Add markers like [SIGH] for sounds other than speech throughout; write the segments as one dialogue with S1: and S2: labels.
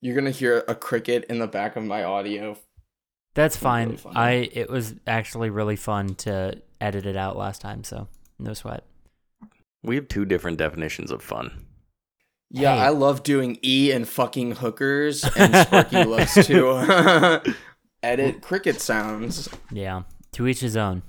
S1: You're gonna hear a cricket in the back of my audio.
S2: That's
S1: That's
S2: fine.
S1: really funny.
S2: I it was actually really fun to edit it out last time, so no sweat.
S3: We have two different definitions of fun.
S1: Yeah,
S2: Hey.
S1: I love doing E and fucking
S2: [LAUGHS]
S1: hookers, and Sparky loves to [LAUGHS] edit cricket sounds.
S2: Yeah. To each his own.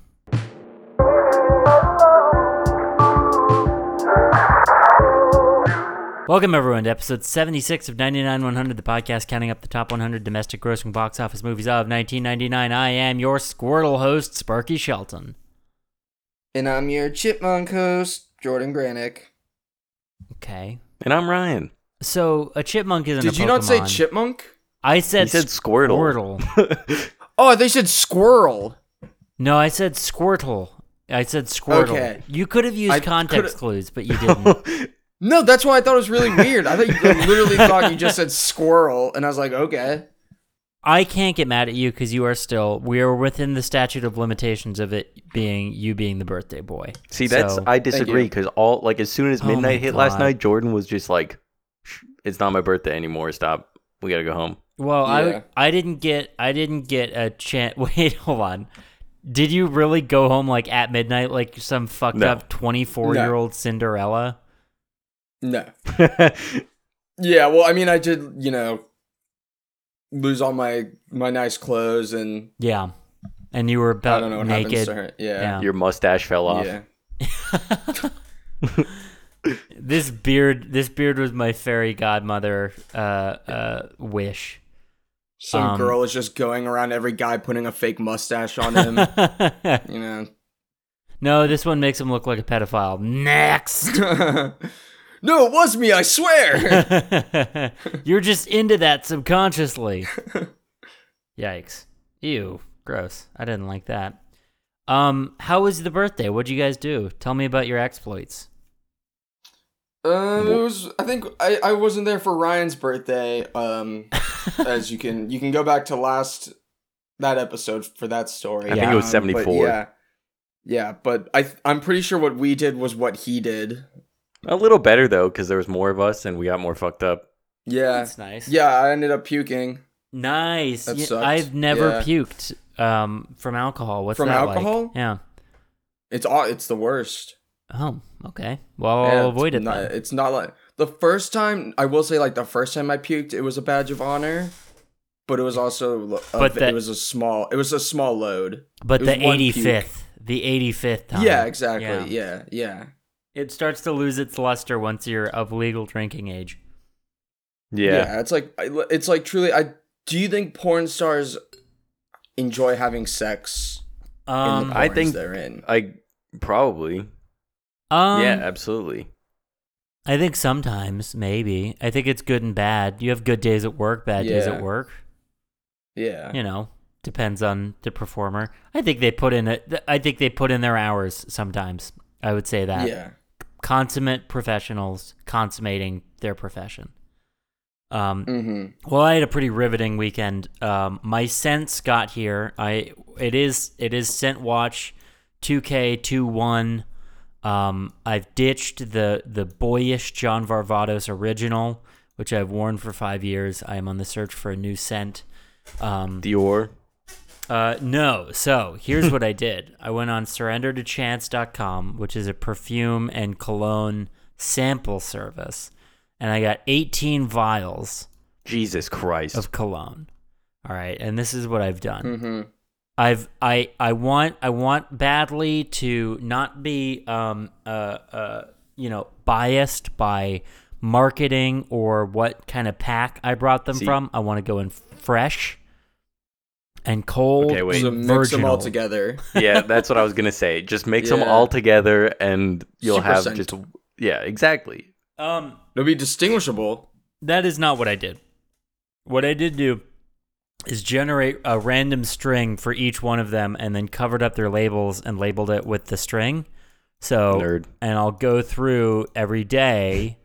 S2: Welcome everyone to episode 76 of 99 100, the podcast counting up the top 100 domestic grossing box office movies of 1999. I am your Squirtle host, Sparky Shelton.
S1: And I'm your chipmunk host, Jordan Granick.
S2: Okay.
S3: And I'm Ryan.
S2: So a chipmunk isn't a
S1: Did you not say
S2: Pokemon.
S1: chipmunk?
S2: I said,
S3: He said Squirtle.
S2: Squirtle.
S1: Oh, they said squirrel.
S2: No, I said Squirtle. I said Squirtle.
S1: Okay.
S2: You could have used
S1: I could've- [LAUGHS]
S2: context clues, but you didn't.
S1: No, that's why I thought it was really weird. I thought you
S2: [LAUGHS]
S1: I literally thought you just said squirrel, and I was like, okay.
S2: I can't get mad at you because you are still we are within the statute of limitations of it being you being the birthday boy.
S3: See, that's
S2: So-
S3: I disagree
S1: you.
S3: because all like as soon as
S2: Oh my
S3: midnight hit last
S2: God.
S3: night, Jordan was just like, "Shh, "It's not my birthday anymore. Stop. We gotta go home."
S2: well,
S1: Yeah.
S2: I I didn't get I didn't get a chance. [LAUGHS] Wait, hold on. Did you really go home like at midnight, like some fucked
S3: No.
S2: up twenty four year old Cinderella? [LAUGHS]
S1: No. Yeah, well, I mean, I did, you know, lose all my my nice clothes, and
S2: Yeah, and you were about
S1: I don't know what happens
S2: naked.
S1: to her. Yeah.
S2: Yeah.
S3: Your mustache fell off.
S1: Yeah.
S2: this beard, this beard was my fairy godmother uh, uh, wish.
S1: Some
S2: Um,
S1: girl is just going around every guy putting a fake mustache on
S2: [LAUGHS]
S1: him. [LAUGHS] you know. [LAUGHS]
S2: no, this one makes him look like a pedophile.
S1: [LAUGHS]
S2: Next. [LAUGHS]
S1: no, it was me, I swear.
S2: You're just into that subconsciously. Yikes. Ew. Gross. I didn't like that. Um, how was the birthday? What'd you guys do? Tell me about your exploits.
S1: um, it was, I think I, I wasn't there for Ryan's birthday. Um, as you can you can go back to last that episode for that story.
S3: I think it was
S1: Um, but
S3: 74.
S1: yeah. Yeah, but I I'm pretty sure what we did was what he did.
S3: A little better though because there was more of us and we got more fucked up.
S1: Yeah.
S2: That's nice.
S1: Yeah, I ended up puking
S2: Nice.
S1: That
S2: Yeah,
S1: sucked.
S2: I've never
S1: Yeah.
S2: puked um from alcohol. What's
S1: From
S2: that like?
S1: alcohol?
S2: Yeah.
S1: It's all. It's the worst.
S2: Oh, okay. Well,
S1: Yeah,
S2: I'll
S1: it's
S2: avoid it
S1: Not,
S2: then.
S1: It's not like the first time. I will say, like the first time I puked, it was a badge of honor, but it was also a,
S2: But
S1: it
S2: that-
S1: was a small. It was a small load.
S2: But
S1: it
S2: the
S1: was one
S2: 85th, the 85th time.
S1: yeah, exactly. Yeah, yeah.
S2: It starts to lose its luster once you're of legal drinking age.
S3: Yeah.
S1: It's like I- it's like truly. I do you think porn stars enjoy having sex? In the
S2: Um,
S3: I
S1: porns
S3: think-
S1: they're in.
S3: I probably.
S2: um,
S3: yeah, absolutely.
S2: I think sometimes, maybe. I think it's good and bad. You have good days at work, bad days
S1: Yeah.
S2: at work.
S1: Yeah.
S2: You know, depends on the performer. I think they put in a, th- I think they put in their hours sometimes. I would say that.
S1: Yeah.
S2: Consummate professionals consummating their profession. Um,
S1: Mm-hmm.
S2: Well, I had a pretty riveting weekend. Um, my sense got here. I it is it is scent watch, two K two one. Um, I've ditched the the boyish John Varvatos original, which I've worn for five years. I am on the search for a new scent. Um,
S3: Dior.
S2: uh, no. So here's what I did. I went on surrendertochance.com, which is a perfume and cologne sample service, and I got 18 vials
S3: Jesus Christ.
S2: of cologne. All right, and this is what I've done.
S1: Mm-hmm.
S2: I've I I want I want badly to not be um uh uh you know biased by marketing or what kind of pack I brought them
S3: See-
S2: from. I want to go in fresh and cold.
S3: Okay, wait.
S1: So
S2: and
S1: mix them all
S2: virginal.
S1: together.
S3: [LAUGHS] yeah, that's what I was gonna say. Just mix them
S1: Yeah.
S3: all together and you'll
S1: Super
S3: have
S1: scent.
S3: just. Yeah, exactly.
S2: Um,
S1: It'll be distinguishable.
S2: that is not what I did. What I did do is generate a random string for each one of them and then covered up their labels and labeled it with the string. So
S3: Nerd.
S2: and I'll go through every day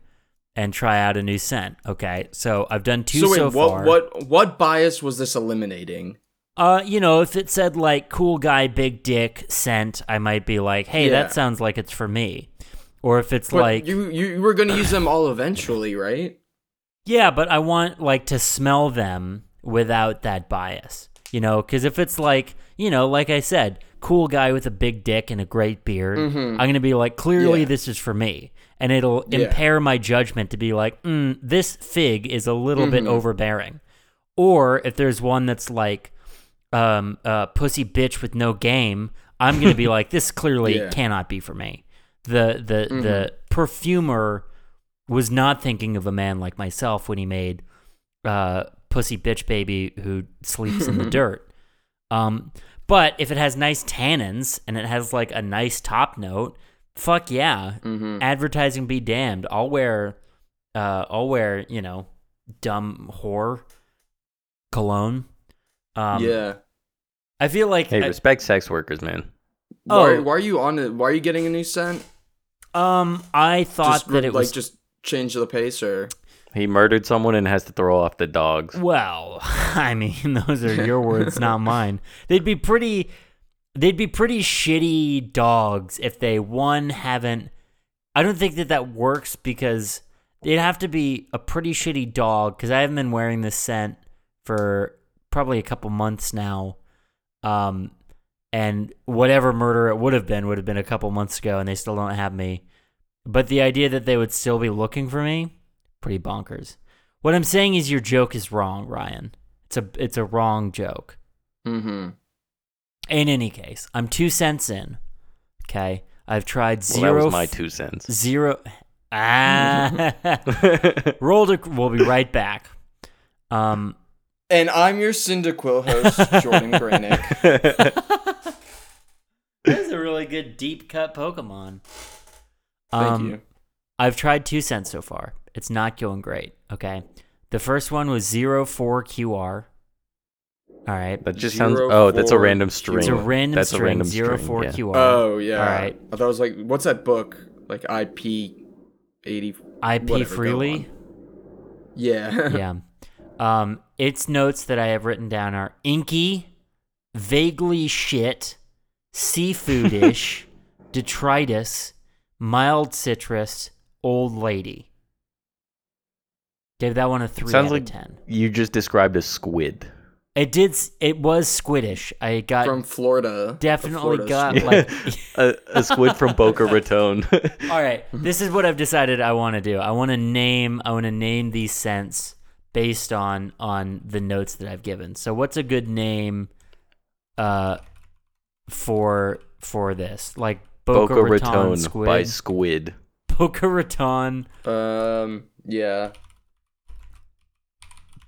S2: and try out a new scent. Okay. So I've done two
S1: so wait, what
S2: far.
S1: what what bias was this eliminating?
S2: Uh, you know, if it said like cool guy, big dick scent, I might be like, hey,
S1: Yeah.
S2: that sounds like it's for me. Or if it's
S1: But
S2: like
S1: you, you you were gonna use them all eventually, right?
S2: Yeah, but I want like to smell them without that bias, you know, because if it's like, you know, like I said, cool guy with a big dick and a great beard, I'm gonna be like, clearly
S1: Mm-hmm. Yeah.
S2: this is for me, and it'll
S1: Yeah.
S2: impair my judgment to be like, mm, this fig is a little
S1: Mm-hmm.
S2: bit overbearing, or if there's one that's like, um, uh, pussy bitch with no game, I'm
S1: [LAUGHS]
S2: gonna be like, this clearly
S1: Yeah. Mm-hmm.
S2: cannot be for me. The the the perfumer was not thinking of a man like myself when he made uh, pussy bitch baby who
S1: [LAUGHS]
S2: sleeps in the dirt. Um, but if it has nice tannins and it has like a nice top note, fuck yeah,
S1: Mm.
S2: advertising be damned. I'll wear, uh, I'll wear you know, dumb whore cologne. Um,
S1: yeah.
S2: I feel like
S3: Hey,
S2: I-
S3: respect sex workers, man.
S2: oh.
S1: why, why are you on it? Why are you getting a new scent?
S2: um I thought
S1: Just
S2: that it
S1: like
S2: was
S1: just change the pace or
S3: He murdered someone and has to throw off the dogs.
S2: Well, [LAUGHS] I mean, those are your words, not mine. They'd be pretty they'd be pretty shitty dogs if they one haven't I don't think that that works because they'd have to be a pretty shitty dog cuz I haven't been wearing this scent for probably a couple months now. Um and whatever murder it would have been would have been a couple months ago and they still don't have me. But the idea that they would still be looking for me, pretty bonkers. What I'm saying is your joke is wrong, Ryan. It's a it's a wrong joke.
S1: mm-hmm.
S2: In any case, I'm two cents in. Okay, I've tried
S3: Well,
S2: zero.
S3: that was my
S2: f-
S3: two cents.
S2: Zero. Ah. [LAUGHS] Roll to. We'll be right back. Um.
S1: And I'm your Cyndaquil
S2: [LAUGHS]
S1: host, Jordan Granick.
S2: That's a really good deep cut Pokemon.
S1: Thank
S2: Um,
S1: you.
S2: I've tried two cents so far. It's not going great. Okay. The first one was 04QR. All right.
S3: That just
S1: Zero
S3: sounds. Oh, that's a
S1: four-
S3: random string.
S2: It's a random
S3: that's
S2: string,
S3: a random
S2: zero
S3: string,
S2: four
S3: yeah.
S2: QR.
S1: Oh yeah.
S2: All right.
S1: I thought it was like, what's that book? Like IP eighty.
S2: IP
S1: whatever, go
S2: freely.
S1: [LAUGHS] Yeah.
S2: yeah. Um, its notes that I have written down are inky, vaguely shit, seafoodish,
S1: [LAUGHS]
S2: detritus, mild citrus, old lady. Gave that one a three
S3: Sounds
S2: out
S3: like
S2: of ten.
S3: you just described a squid.
S2: It did. s- It was squiddish. I got
S1: From Florida. The
S2: definitely
S1: Florida
S2: got
S1: school.
S2: [LAUGHS] like.
S3: [LAUGHS] a, a squid from
S2: [LAUGHS]
S3: Boca Raton.
S2: All right, this is what I've decided I want to do. I want to name. I want to name these scents based on on the notes that I've given. So, what's a good name, uh, for for this? Like Boca,
S3: Boca
S2: Raton,
S3: Raton
S2: squid.
S3: by squid.
S2: [LAUGHS] Boca Raton.
S1: [LAUGHS] Um. Yeah.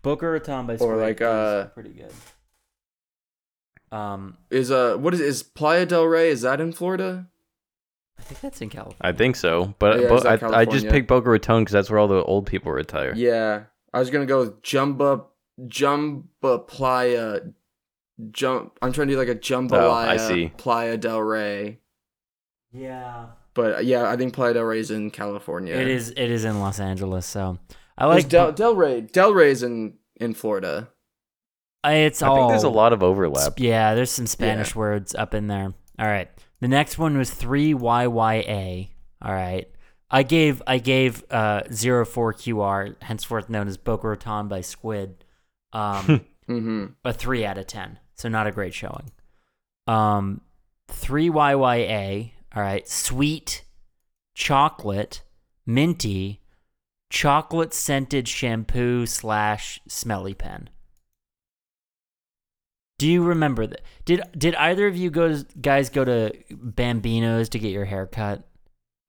S2: Boca Raton by squid.
S1: Or like,
S2: is
S1: uh,
S2: pretty good. Um,
S1: Is uh, what is is Playa del Rey? Is that in Florida?
S2: I think that's in California.
S3: I think so, but,
S1: Oh, yeah,
S3: but
S1: is that
S3: I, I just
S1: California?
S3: picked Boca Raton because that's where all the old people retire.
S1: Yeah. I was gonna go with Jumba Jumba Playa. Jump. I'm trying to do like a
S3: Oh,
S1: jambalaya.
S3: I see.
S1: Playa del Rey.
S2: Yeah.
S1: But uh, yeah, I think Playa del Rey is in California.
S2: It is. It is in Los Angeles. So I
S1: There's
S2: like.
S1: del, del Rey. Del Rey's in in Florida.
S2: I- it's
S3: I
S2: all.
S3: think there's a lot of overlap.
S2: Yeah, there's some Spanish words up in there. All right. The next one was 3YYA. All right. I gave I gave uh 04QR, henceforth known as Boca Raton by Squid, um
S1: Mm-hmm.
S2: a 3 out of 10. So not a great showing. Um 3YYA, all right. Sweet chocolate, minty, chocolate scented shampoo slash smelly pen. Do you remember that? Did did either of you go guys go to Bambino's to get your hair cut?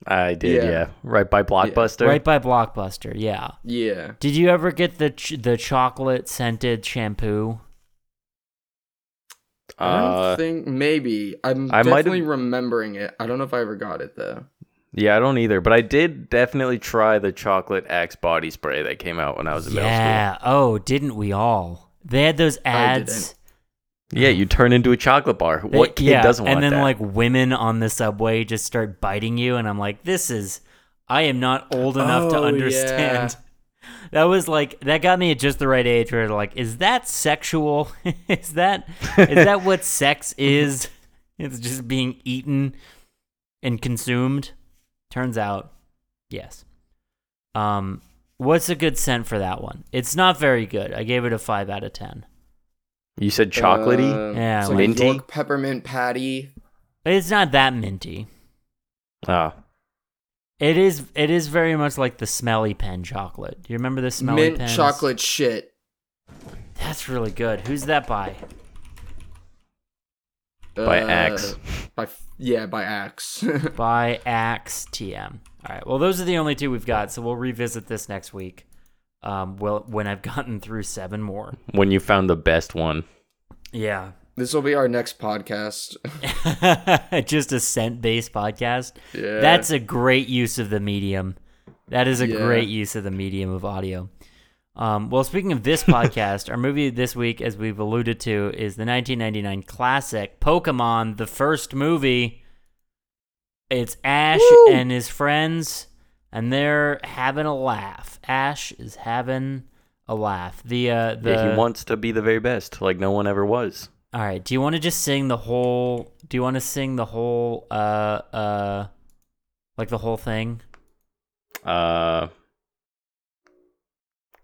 S3: I did, yeah.
S1: Yeah.
S3: Right by Blockbuster.
S2: Right by Blockbuster, yeah.
S1: Yeah.
S2: Did you ever get the ch- the chocolate scented shampoo?
S1: I don't
S3: Uh,
S1: think maybe I'm
S3: I might
S1: definitely remembering it. I don't know if I ever got it though.
S3: yeah, I don't either, but I did definitely try the chocolate axe body spray that came out when I was in middle
S2: yeah. Oh, didn't we all? They had those ads.
S1: didn't.
S3: school. Yeah, you turn into a chocolate bar.
S2: They-
S3: what kid
S2: yeah,
S3: doesn't want
S2: And then
S3: that?
S2: like women on the subway just start biting you, and I'm like, this is, I am not old enough to
S1: Oh,
S2: understand. [LAUGHS] That was like that got me at just the right age where like, is that sexual? [LAUGHS] is that is that
S3: [LAUGHS]
S2: what sex is? [LAUGHS] It's just being eaten and consumed. Turns out, yes. Um, What's a good scent for that one? It's not very good. I gave it a five out of ten.
S3: You said chocolatey.
S1: Uh,
S2: Yeah,
S1: it's like
S3: minty?
S1: a York peppermint patty.
S2: It's not that minty.
S3: Ah,
S2: It is. It is very much like the smelly pen chocolate. Do you remember the smelly
S1: mint
S2: pens?
S1: chocolate shit.
S2: That's really good. Who's that by?
S3: by
S1: Uh,
S3: Axe.
S1: By f- yeah, by Axe. [LAUGHS]
S2: By Axe TM. All right. Well, those are the only two we've got. So we'll revisit this next week. Um, well, when I've [LAUGHS] gotten through seven more.
S3: When you found the best one.
S2: Yeah.
S1: this will be our next podcast.
S2: [LAUGHS] Just a scent based podcast.
S1: yeah.
S2: That's a great use of the medium. That is a
S1: Yeah.
S2: great use of the medium of audio. Um, well, speaking of this podcast, our movie this week, as we've alluded to, is the 1999 classic Pokemon, the first movie. It's Ash
S1: Woo!
S2: and his friends, and they're having a laugh. Ash is having a laugh. The uh, the
S3: Yeah, he wants to be the very best, like no one ever was.
S2: all right. Do you want to just sing the whole? Do you want to sing the whole? Uh, uh, like the whole thing?
S3: Uh,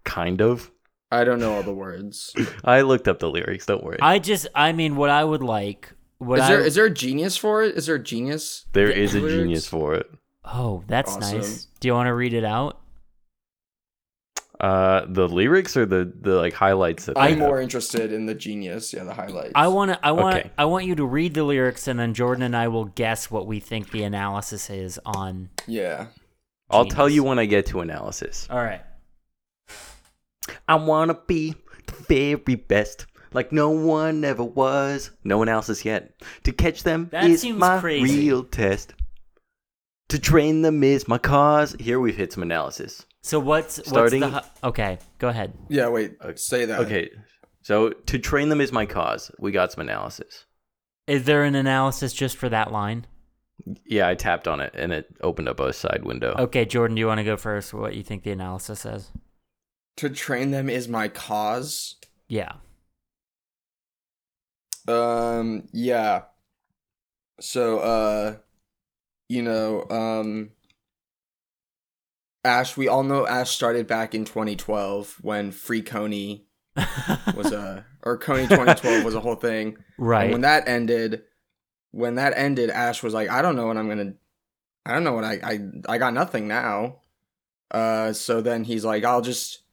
S3: kind of.
S1: I don't know all the words.
S3: I looked up the lyrics. Don't worry.
S2: I just, I mean, what I would like, [LAUGHS] what
S1: is
S2: I,
S1: there is there a genius for it? Is there a genius?
S3: there is a
S1: lyrics?
S3: genius for it.
S2: oh, that's
S1: Awesome.
S2: nice. Do you want to read it out?
S3: Uh, the lyrics or the the like highlights that they
S1: I'm
S3: have?
S1: more interested in the genius. Yeah, the highlights.
S2: I want to, I want,
S3: Okay.
S2: to I want you to read the lyrics, and then Jordan and I will guess what we think the analysis is on.
S1: Yeah.
S3: I'll tell
S2: genius.
S3: you when I get to analysis.
S2: All right.
S3: I wanna be the very best, like no one ever was, no one else is yet. To catch them
S2: That
S3: is
S2: seems
S3: my
S2: crazy.
S3: real test. To train them is my cause. Here we've hit some analysis.
S2: So what's
S3: Starting-
S2: what's the hi- okay? Go ahead.
S1: Yeah. Wait. Say that.
S3: Okay, so to train them is my cause. We got some analysis.
S2: Is there an analysis just for that line?
S3: Yeah, I tapped on it and it opened up a side window.
S1: Oh.
S2: Okay, Jordan, do you want to go first? What you think the analysis says?
S1: To train them is my cause.
S2: Yeah. [LAUGHS]
S1: Um. Yeah. So. Uh. You know. Um. Ash. We all know Ash started back in 2012 when Free Coney was a or Coney 2012 was a whole thing. And
S2: Right.
S1: when that ended, when that ended, Ash was like, "I don't know what I'm gonna, I don't know what I, I, I got nothing now." Uh, so then he's like, "I'll just,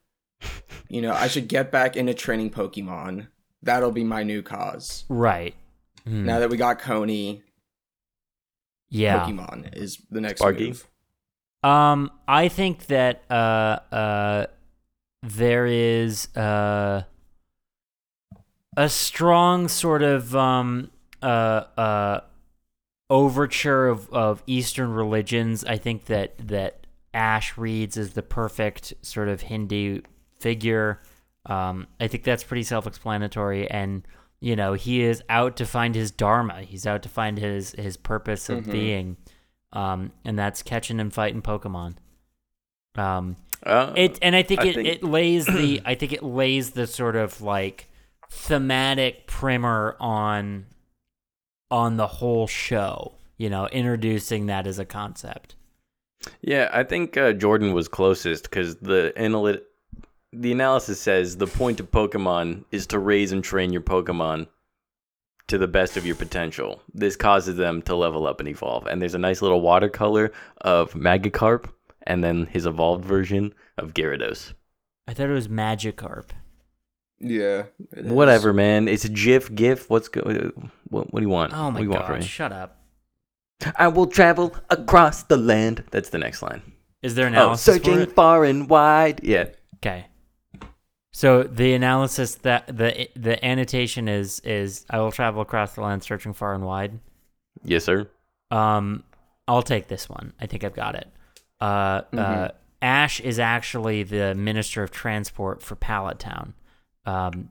S1: you know, I should get back into training Pokemon. That'll be my new cause.
S2: right. Hmm.
S1: Now that we got Coney,
S2: yeah.
S1: Pokemon is the next
S3: Sparky?
S1: move.
S2: Um, I think that uh uh there is uh a strong sort of um uh uh overture of of Eastern religions. I think that that Ash reads is the perfect sort of Hindu figure. Um, I think that's pretty self-explanatory, and you know he is out to find his dharma. He's out to find his his purpose of
S1: Mhm.
S2: being, um, and that's catching and fighting Pokemon. Um,
S3: Uh,
S2: it and I think
S3: I
S2: it,
S3: think-
S2: it
S3: [CLEARS THROAT]
S2: lays the I think it lays the sort of like thematic primer on on the whole show. You know, introducing that as a concept.
S3: Yeah, I think uh, Jordan was closest because the analy- the analysis says the point of Pokemon is to raise and train your Pokemon to the best of your potential. This causes them to level up and evolve. And there's a nice little watercolor of Magikarp and then his evolved version of Gyarados.
S2: I thought it was Magikarp.
S1: Yeah, it is.
S3: Whatever, man. It's a GIF, GIF. What's go? What, what do you want?
S2: Oh
S3: what
S2: my
S3: do you want
S2: god!
S3: from me?
S2: shut up.
S3: I will travel across the land. That's the next line.
S2: Is there an
S3: Oh,
S2: analysis for
S3: searching
S2: it?
S3: far and wide. Yeah.
S2: Okay. So the analysis that the the annotation is is I will travel across the land searching far and wide.
S3: Yes, sir.
S2: Um, I'll take this one. I think I've got it. Uh, uh,
S3: Mm-hmm.
S2: Ash is actually the minister of transport for Pallet Town, um,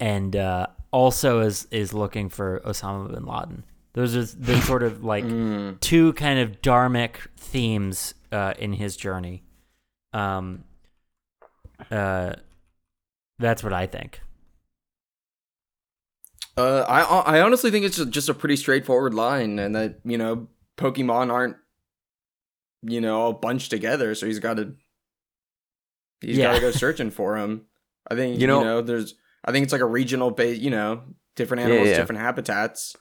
S2: and uh, also is is looking for Osama bin Laden. Those are the sort
S3: [LAUGHS]
S2: of like
S3: Mm.
S1: Hmm.
S2: two kind of dharmic themes uh, in his journey. Um, uh, that's what I think.
S1: Uh, I, I honestly think it's just a pretty straightforward line, and that you know, Pokemon aren't, you know, all bunched together, so he's got to He's
S2: Yeah.
S1: got to
S3: [LAUGHS]
S1: go searching for him. I think
S3: You
S1: you know,
S3: know-
S1: there's. I think it's like a regional base. You know, different
S3: Yeah,
S1: animals,
S3: yeah.
S1: different habitats.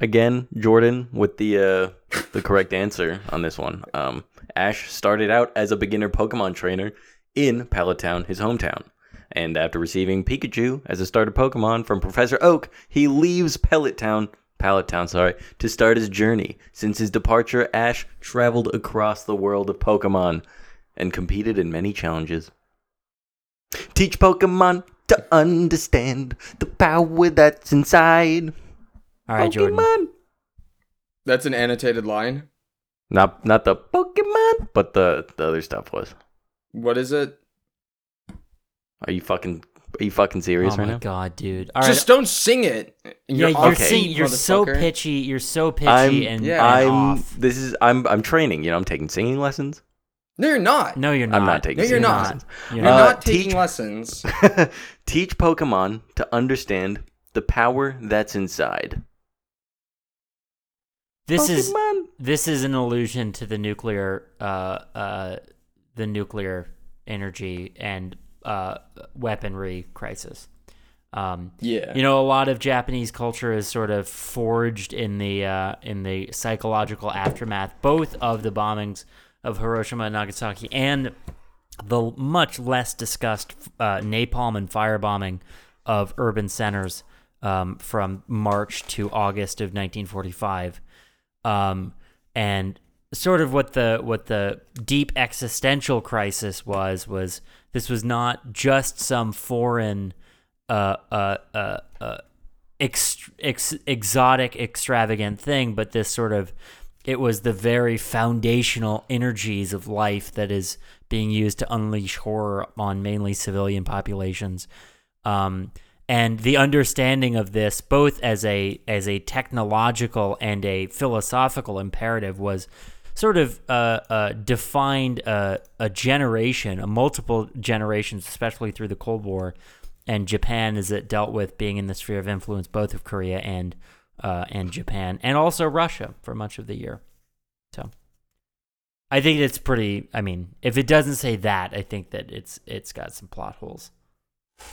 S3: Again, Jordan with the uh, the correct answer on this one. Um, Ash started out as a beginner Pokemon trainer in Palatown, his hometown. And after receiving Pikachu as a starter Pokemon from Professor Oak, he leaves Pellettown, Palatown, sorry, to start his journey. Since his departure, Ash traveled across the world of Pokemon and competed in many challenges. Teach Pokemon to understand the power that's inside.
S2: All right, Jordan.
S1: That's an annotated line.
S3: Not not the Pokemon, but the the other stuff was.
S1: What is it?
S3: Are you fucking are you fucking serious
S2: Oh
S3: right
S2: my
S3: now?
S2: god, dude! All right,
S1: Just don't sing it.
S2: yeah, you're,
S1: off
S3: okay.
S2: sing-
S1: key,
S2: you're so
S1: motherfucker.
S2: pitchy. You're so pitchy and,
S1: yeah.
S2: and
S3: I'm
S2: off.
S3: this is I'm I'm training, you know, I'm taking singing lessons. [LAUGHS]
S1: No, you're not.
S2: No, you're not.
S3: I'm not taking
S1: No, you're
S3: singing
S1: not.
S3: lessons.
S2: You're
S1: you're
S2: not.
S1: not
S3: Uh,
S1: taking
S3: teach- [LAUGHS]
S1: lessons.
S3: Teach Pokemon to understand the power that's inside.
S2: This is
S3: Pokemon.
S2: this is an allusion to the nuclear, uh, uh, the nuclear energy and uh, weaponry crisis. Um,
S1: Yeah.
S2: you know, a lot of Japanese culture is sort of forged in the uh, in the psychological aftermath, both of the bombings of Hiroshima and Nagasaki, and the much less discussed uh, napalm and firebombing of urban centers um, from March to August of 1945, um, and sort of what the what the deep existential crisis was was this was not just some foreign uh, uh, uh, uh, ex- ex- exotic, extravagant thing, but this sort of it was the very foundational energies of life that is being used to unleash horror on mainly civilian populations. Um, and the understanding of this, both as a as a technological and a philosophical imperative, was sort of uh, uh, defined a, a generation, a multiple generations, especially through the Cold War, and Japan as it dealt with being in the sphere of influence both of Korea and uh, and Japan, and also Russia for much of the year. So, I think it's pretty. I mean, if it doesn't say that, I think that it's it's got some plot holes.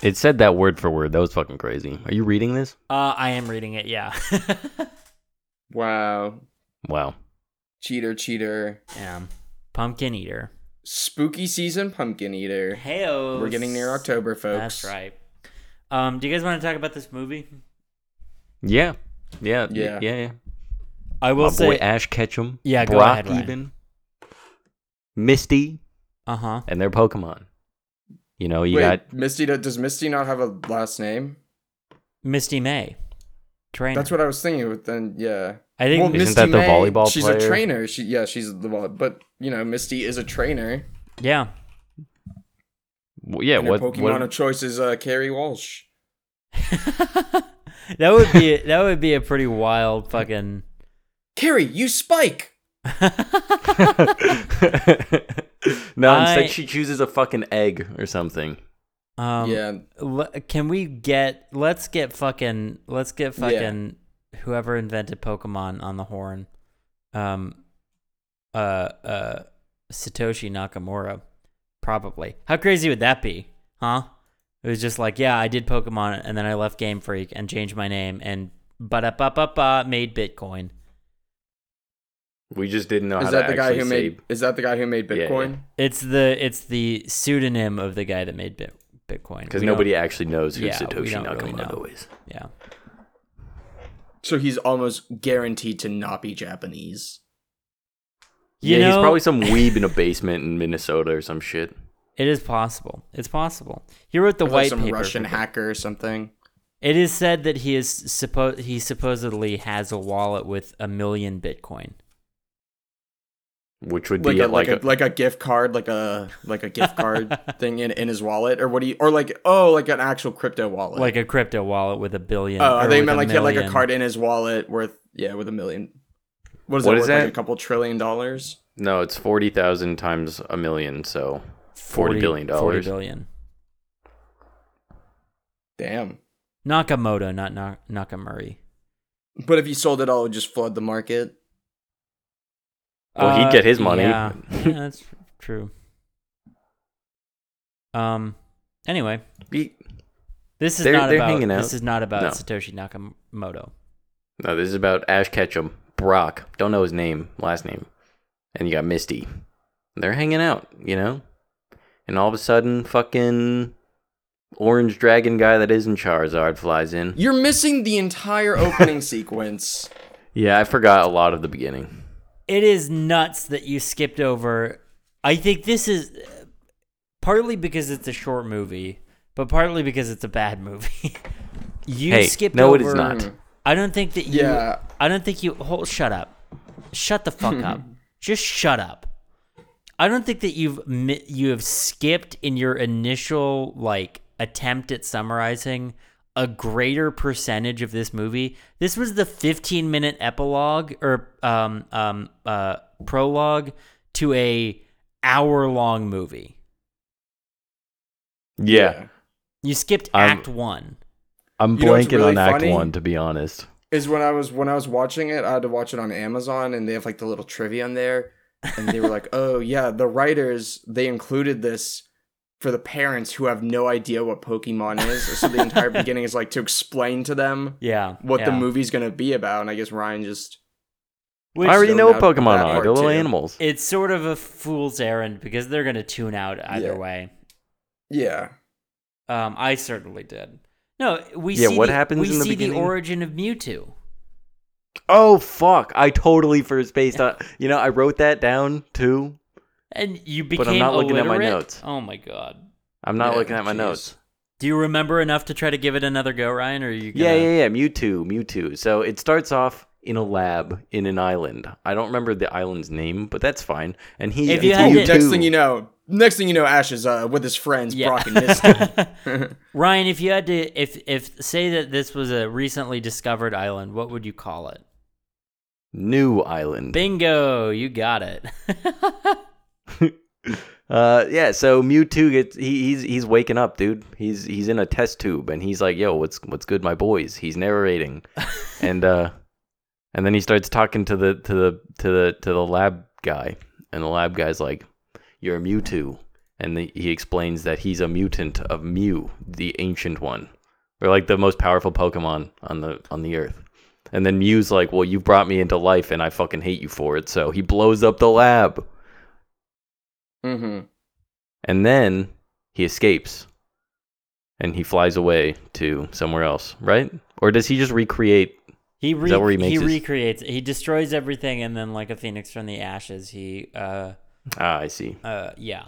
S3: It said that word for word. That was fucking crazy. Are you reading this?
S2: Uh, I am reading it. Yeah, [LAUGHS]
S1: Wow.
S3: Wow.
S1: Cheater, cheater.
S2: Am. pumpkin eater.
S1: Spooky season, pumpkin eater.
S2: Hey,
S1: We're getting near October, folks.
S2: That's right. Um, do you guys want to talk about this movie?
S3: Yeah. Yeah.
S1: Yeah.
S3: Yeah. Yeah. yeah.
S2: I will
S3: My boy
S2: say,
S3: Ash Ketchum.
S2: Yeah, go
S3: Brock
S2: ahead, Ryan.
S3: Eben, Misty,
S2: uh huh.
S3: and their Pokemon. You know, you
S1: Wait,
S3: got
S1: Misty. do- Does Misty not have a last name?
S2: Misty May, trainer.
S1: That's what I was thinking. But then, yeah.
S2: I think.
S1: well,
S3: Isn't
S1: Misty
S3: that the
S1: May,
S3: volleyball
S1: She's a
S3: player?
S1: trainer. She yeah, she's the volley. But you know, Misty is a trainer.
S2: yeah.
S3: Well, yeah,
S1: and her
S3: what,
S1: Pokemon
S3: what-
S1: of choice is uh, Carrie Walsh.
S2: [LAUGHS] that would be that would be a pretty wild fucking.
S1: Carrie, you Spike.
S3: [LAUGHS] no,
S2: I-
S3: instead she chooses a fucking egg or something.
S2: [LAUGHS] Um,
S1: yeah,
S2: l- can we get? Let's get fucking. Let's get fucking. Whoever invented Pokemon on the horn, um, uh, uh, Satoshi Nakamura, probably. How crazy would that be, huh? It was just like, yeah, I did Pokemon, and then I left Game Freak and changed my name, and ba ba ba ba made Bitcoin.
S3: We just didn't know
S1: is
S3: how
S1: that
S3: to
S1: the guy
S3: actually
S1: who
S3: say.
S1: made? Is that the guy who made
S3: Yeah, yeah.
S1: Bitcoin?
S2: It's the it's the pseudonym of the guy that made Bit- Bitcoin
S3: Because
S2: We don't-
S3: nobody actually knows who
S2: Yeah, we
S3: Satoshi
S2: don't really
S3: Nakamoto
S2: know.
S3: is.
S2: Yeah.
S1: So he's almost guaranteed to not be Japanese.
S2: You
S3: yeah, he's
S2: know- [LAUGHS]
S3: probably some weeb in a basement in Minnesota or some shit.
S2: It is possible. It's possible. He wrote the
S1: Or, like,
S2: white
S1: some
S2: paper.
S1: Russian
S2: for-
S1: hacker or something.
S2: It is said that he is supposed he supposedly has a wallet with a million Bitcoin.
S3: Which would
S1: like
S3: be
S1: a,
S3: at
S1: like,
S3: like,
S1: a, like a gift card, like a like a gift
S3: [LAUGHS]
S1: card thing in, in his wallet, or what do you, or like oh, like an actual crypto wallet.
S2: Like a crypto wallet with a billion.
S1: oh,
S2: or
S1: they
S2: with
S1: meant
S2: a
S1: like he had like a
S2: million.
S1: card in his wallet worth yeah, with a million. What is
S3: What
S1: that?
S3: is
S1: worth,
S3: that?
S1: Like a couple trillion dollars.
S3: no, it's forty thousand times a million, so forty billion
S2: Forty
S3: dollars.
S2: billion.
S1: Damn.
S2: Nakamoto, not Na- Nakamuri.
S1: But if he sold it all, it would just flood the market.
S3: Well, he'd
S2: Uh,
S3: get his money.
S2: Yeah, Yeah, that's true. Um. Anyway,
S3: Ye-
S2: this is
S3: They're-
S2: not
S3: they're
S2: about
S3: hanging out.
S2: this is not about
S3: No.
S2: Satoshi Nakamoto.
S3: No, this is about Ash Ketchum. Brock. Don't know his name, last name. And you got Misty. They're hanging out, you know? And all of a sudden, fucking orange dragon guy that isn't Charizard flies in.
S1: You're missing the entire
S3: [LAUGHS]
S1: opening sequence.
S3: Yeah, I forgot a lot of the beginning.
S2: It is nuts that you skipped over. I think this is uh, partly because it's a short movie, but partly because it's a bad movie. [LAUGHS] you
S3: Hey,
S2: skipped
S3: no,
S2: over.
S3: it is not.
S2: I don't think that you.
S1: Yeah.
S2: I don't think you. Hold, shut up. Shut the
S1: [LAUGHS]
S2: fuck up. Just shut up. I don't think that you've mi- you have skipped in your initial like attempt at summarizing a greater percentage of this movie. This was the 15 minute epilogue or um um uh prologue to a hour long movie.
S3: Yeah,
S2: You skipped
S3: I'm-
S2: Act One.
S3: I'm
S1: You know what's
S3: blanking
S1: really
S3: on Act
S1: funny?
S3: One to be honest.
S1: Is when I was when I was watching it, I had to watch it on Amazon and they have like the little trivia on there. And they were
S2: [LAUGHS]
S1: like, Oh yeah, the writers they included this for the parents who have no idea what Pokemon is. So the
S2: [LAUGHS]
S1: entire beginning is like to explain to them
S2: Yeah.
S1: what the
S2: yeah.
S1: movie's gonna be about. And I guess Ryan just
S2: Which-
S3: I already
S1: zoned
S3: know what
S1: out with
S3: Pokemon
S1: that
S3: are.
S1: part
S3: They're little
S1: too.
S3: animals.
S2: It's sort of a fool's errand because they're going to tune out either
S1: Yeah.
S2: way.
S1: Yeah.
S2: Um, I certainly did. No, we
S3: Yeah,
S2: see
S3: what
S2: the,
S3: happens
S2: we
S3: in the
S2: see
S3: beginning?
S2: origin of Mewtwo.
S3: Oh fuck! I totally for spaced out. You know, I wrote that down too.
S2: And you became
S3: But I'm not looking at my
S2: illiterate?
S3: notes.
S2: Oh my god.
S3: I'm not
S1: Yeah,
S3: looking at my
S1: jeez.
S3: notes.
S2: Do you remember enough to try to give it another go, Ryan? Or are you gonna...
S3: Yeah, yeah, yeah. Mewtwo, Mewtwo. So it starts off in a lab in an island. I don't remember the island's name, but that's fine. And he,
S2: If you
S3: it's
S2: had
S1: Ooh,
S2: to-
S1: next thing you know, next thing you know, Ash is uh, with his friends
S2: Yeah.
S1: Brock
S2: [LAUGHS]
S1: and Misty.
S2: Ryan, if you had to if if say that this was a recently discovered island, what would you call it?
S3: New Island.
S2: Bingo, you got it. [LAUGHS]
S3: Uh, yeah. So Mewtwo gets he, he's he's waking up, dude. He's he's in a test tube, and he's like, "Yo, what's what's good, my boys?" He's narrating, and uh, and then he starts talking to the to the to the to the lab guy, and the lab guy's like, "You're a Mewtwo," and the, he explains that he's a mutant of Mew, the ancient one, or like the most powerful Pokemon on the on the earth. And then Mew's like, "Well, you brought me into life, and I fucking hate you for it." So he blows up the lab.
S1: [LAUGHS] mm-hmm.
S3: And then he escapes and he flies away to somewhere else, right? Or does he just recreate?
S2: He re-
S3: that where he
S2: he,
S3: makes his-
S2: recreates. He destroys everything, and then like a phoenix from the ashes, he uh
S3: Ah, I see.
S2: Uh, yeah.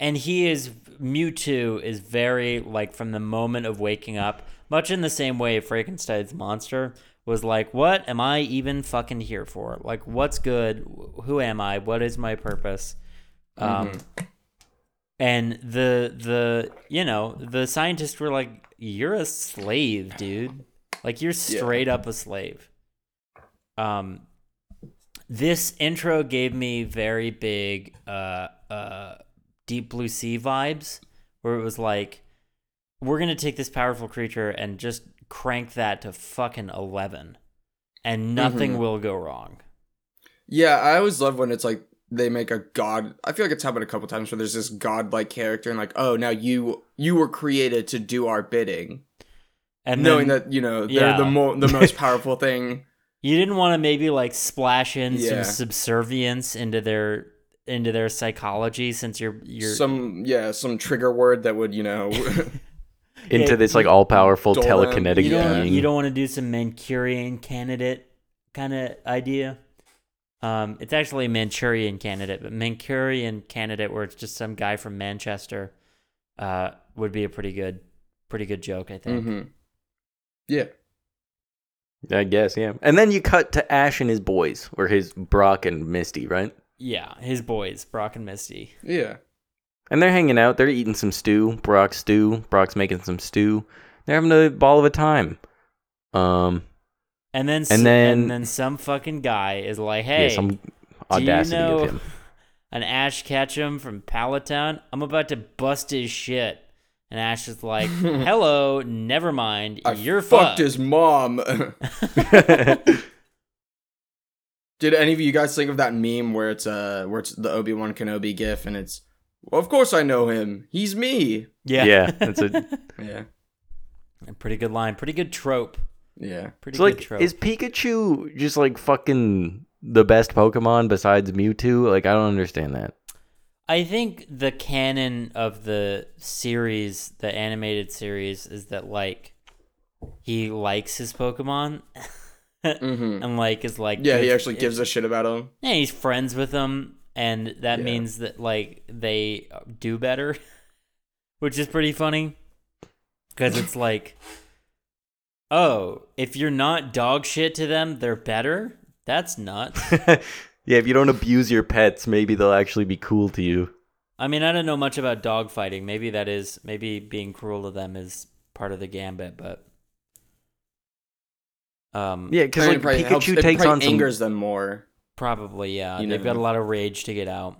S2: And he is Mewtwo is very like from the moment of waking up, much in the same way Frankenstein's monster was like, "What am I even fucking here for? Like, what's good? Wh- Who am I? What is my purpose?" Um, and the the you know the scientists were like, "You're a slave, dude. Like, you're straight up a slave." Um, this intro gave me very big uh uh deep blue sea vibes where it was like we're gonna take this powerful creature and just crank that to fucking 11
S1: Mm-hmm.
S2: and nothing will go wrong
S1: Yeah, I always love when it's like they make a god. I feel like it's happened a couple times where there's this godlike character and like, oh, now you you were created to do our bidding,
S2: and
S1: knowing
S2: then
S1: that you know they're
S2: yeah.
S1: the mo-
S2: [LAUGHS]
S1: the most powerful thing.
S2: you didn't want to maybe like splash in
S1: Yeah.
S2: some subservience into their into their psychology since you're you're
S1: Some yeah, some trigger word that would you
S2: [LAUGHS]
S1: know. [LAUGHS]
S3: Into
S2: Yeah,
S3: this like all powerful
S1: don't wanna-
S3: telekinetic
S2: you don't
S3: being.
S2: you don't want to do some Manchurian candidate kind of idea. Um, it's actually a Manchurian candidate, but Manchurian candidate where it's just some guy from Manchester uh, would be a pretty good pretty good joke, I
S3: Mm-hmm.
S2: think.
S1: Mhm. Yeah,
S3: I guess, yeah. And then you cut to Ash and his boys, or his Brock and Misty, right?
S2: Yeah, his boys, Brock and Misty.
S1: yeah.
S3: And they're hanging out. They're eating some stew. Brock's stew. Brock's making some stew. They're having a ball of a time. Um,
S2: And then s-
S3: And then-
S2: and then some fucking guy is like,
S3: yeah,
S2: "Hey,
S3: some
S2: do you
S3: audacity
S2: know
S3: of him.
S2: [LAUGHS] an Ash Ketchum from Palatown. I'm about to bust his shit." And Ash is
S3: [LAUGHS]
S2: like, "Hello, never mind.
S1: I
S2: you're
S1: fucked his
S2: [LAUGHS]
S1: mom. [LAUGHS] Did any of you guys think of that meme where it's uh where it's the Obi Wan Kenobi gif and it's Well, of course I know him. He's me.
S2: [LAUGHS] Yeah.
S3: Yeah, that's a-
S1: Yeah.
S2: [LAUGHS] A pretty good line. Pretty good trope.
S1: Yeah.
S2: Pretty
S3: It's
S2: good
S3: like,
S2: trope.
S3: is Pikachu just like fucking the best Pokemon besides Mewtwo? Like, I don't understand that.
S2: I think the canon of the series, the animated series, is that like he likes his Pokemon
S3: Mm-hmm.
S1: hmm
S2: [LAUGHS] and like is like
S1: Yeah, he
S2: good-
S1: actually gives a shit about him.
S2: Yeah, he's friends with them, and that
S1: Yeah.
S2: means that like they do better, [LAUGHS] which is pretty funny because it's like, oh, if you're not dog shit to them, they're better. That's nuts.
S3: [LAUGHS] yeah, if you don't abuse your pets, maybe they'll actually be cool to you.
S2: I mean, I don't know much about dog fighting. Maybe that is maybe being cruel to them is part of the gambit, but um,
S3: Yeah, because
S1: I mean,
S3: like
S1: it probably
S3: Pikachu
S1: helps- it
S3: takes
S1: probably
S3: on some.
S1: angers them more.
S2: Probably, yeah.
S1: You
S2: They've got a
S1: know.
S2: lot of rage to get out.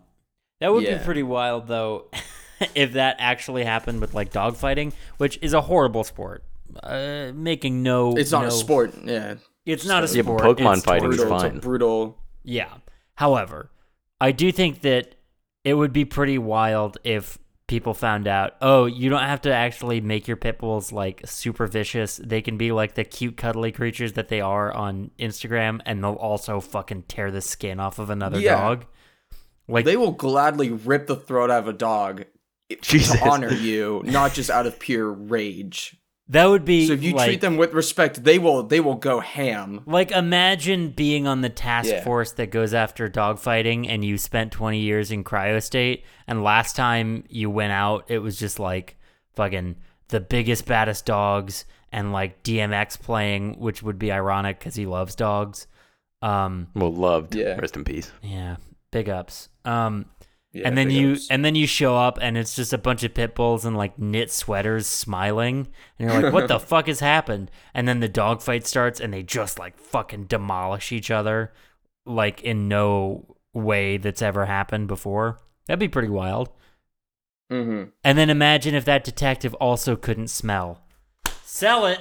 S2: That would be
S1: Yeah.
S2: pretty wild, though, [LAUGHS] if that actually happened with like dogfighting, which is a horrible sport. Uh, making no,
S1: It's not
S2: no-
S1: a sport. Yeah.
S2: It's not a
S3: Yeah,
S2: sport.
S3: but Pokemon
S2: it's
S3: fighting is
S2: torture.
S1: Brutal. It's
S3: fine.
S1: a brutal.
S2: Yeah. However, I do think that it would be pretty wild if people found out, oh, you don't have to actually make your pit bulls like super vicious. They can be like the cute, cuddly creatures that they are on Instagram, and they'll also fucking tear the skin off of another
S1: Yeah.
S2: dog. Like,
S1: They will gladly rip the throat out of a dog
S3: [LAUGHS] Jesus.
S1: to honor you, not just out of pure rage.
S2: that would be.
S1: So if you
S2: like,
S1: treat them with respect, they will they will go ham.
S2: Like imagine being on the task
S1: Yeah.
S2: force that goes after dogfighting and you spent 20 years in cryostate and last time you went out it was just like fucking the biggest baddest dogs and like DMX playing which would be ironic cuz he loves dogs. Um
S3: Well, loved.
S1: Yeah.
S3: Rest in [LAUGHS] peace.
S2: yeah, big ups. Um
S1: Yeah,
S2: and then
S1: big
S2: you
S1: ups.
S2: and then you show up and it's just a bunch of pit bulls in like knit sweaters smiling and you're like what the fuck has happened and then the dog fight starts and they just like fucking demolish each other like in no way that's ever happened before that'd be pretty wild
S1: Mhm.
S2: and then imagine if that detective also couldn't smell sell it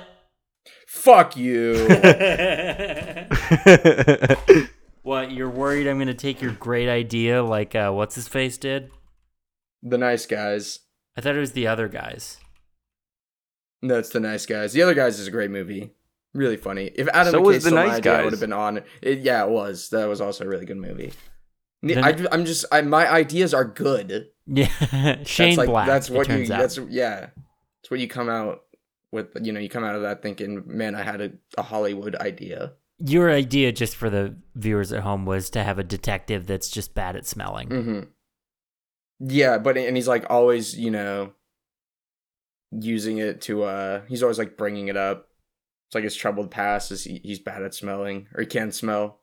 S1: fuck you. [LAUGHS]
S2: what you're worried i'm gonna take your great idea like uh, what's his face did
S1: the nice guys.
S2: i thought it was the other guys
S1: No, it's the nice guys. The other guys is a great movie. Really funny. If Adam
S3: So
S1: McKay
S3: was The
S1: stole my
S3: Nice
S1: idea, I
S3: Guys.
S1: would have been on. It, yeah, it was. That was also a really good movie.
S2: Then-
S1: I, am just. I, my ideas are good.
S2: [LAUGHS] Yeah, Shane
S1: that's like,
S2: Black.
S1: That's
S2: it
S1: what you.
S2: turns out.
S1: That's yeah. That's what you come out with. You know, you come out of that thinking, man, I had a, a Hollywood idea.
S2: Your idea, just for the viewers at home, was to have a detective that's just bad at smelling.
S1: hmm Yeah, but and he's like always, you know, using it to. uh He's always like bringing it up. It's like his troubled past is he, he's bad at smelling or he can't smell.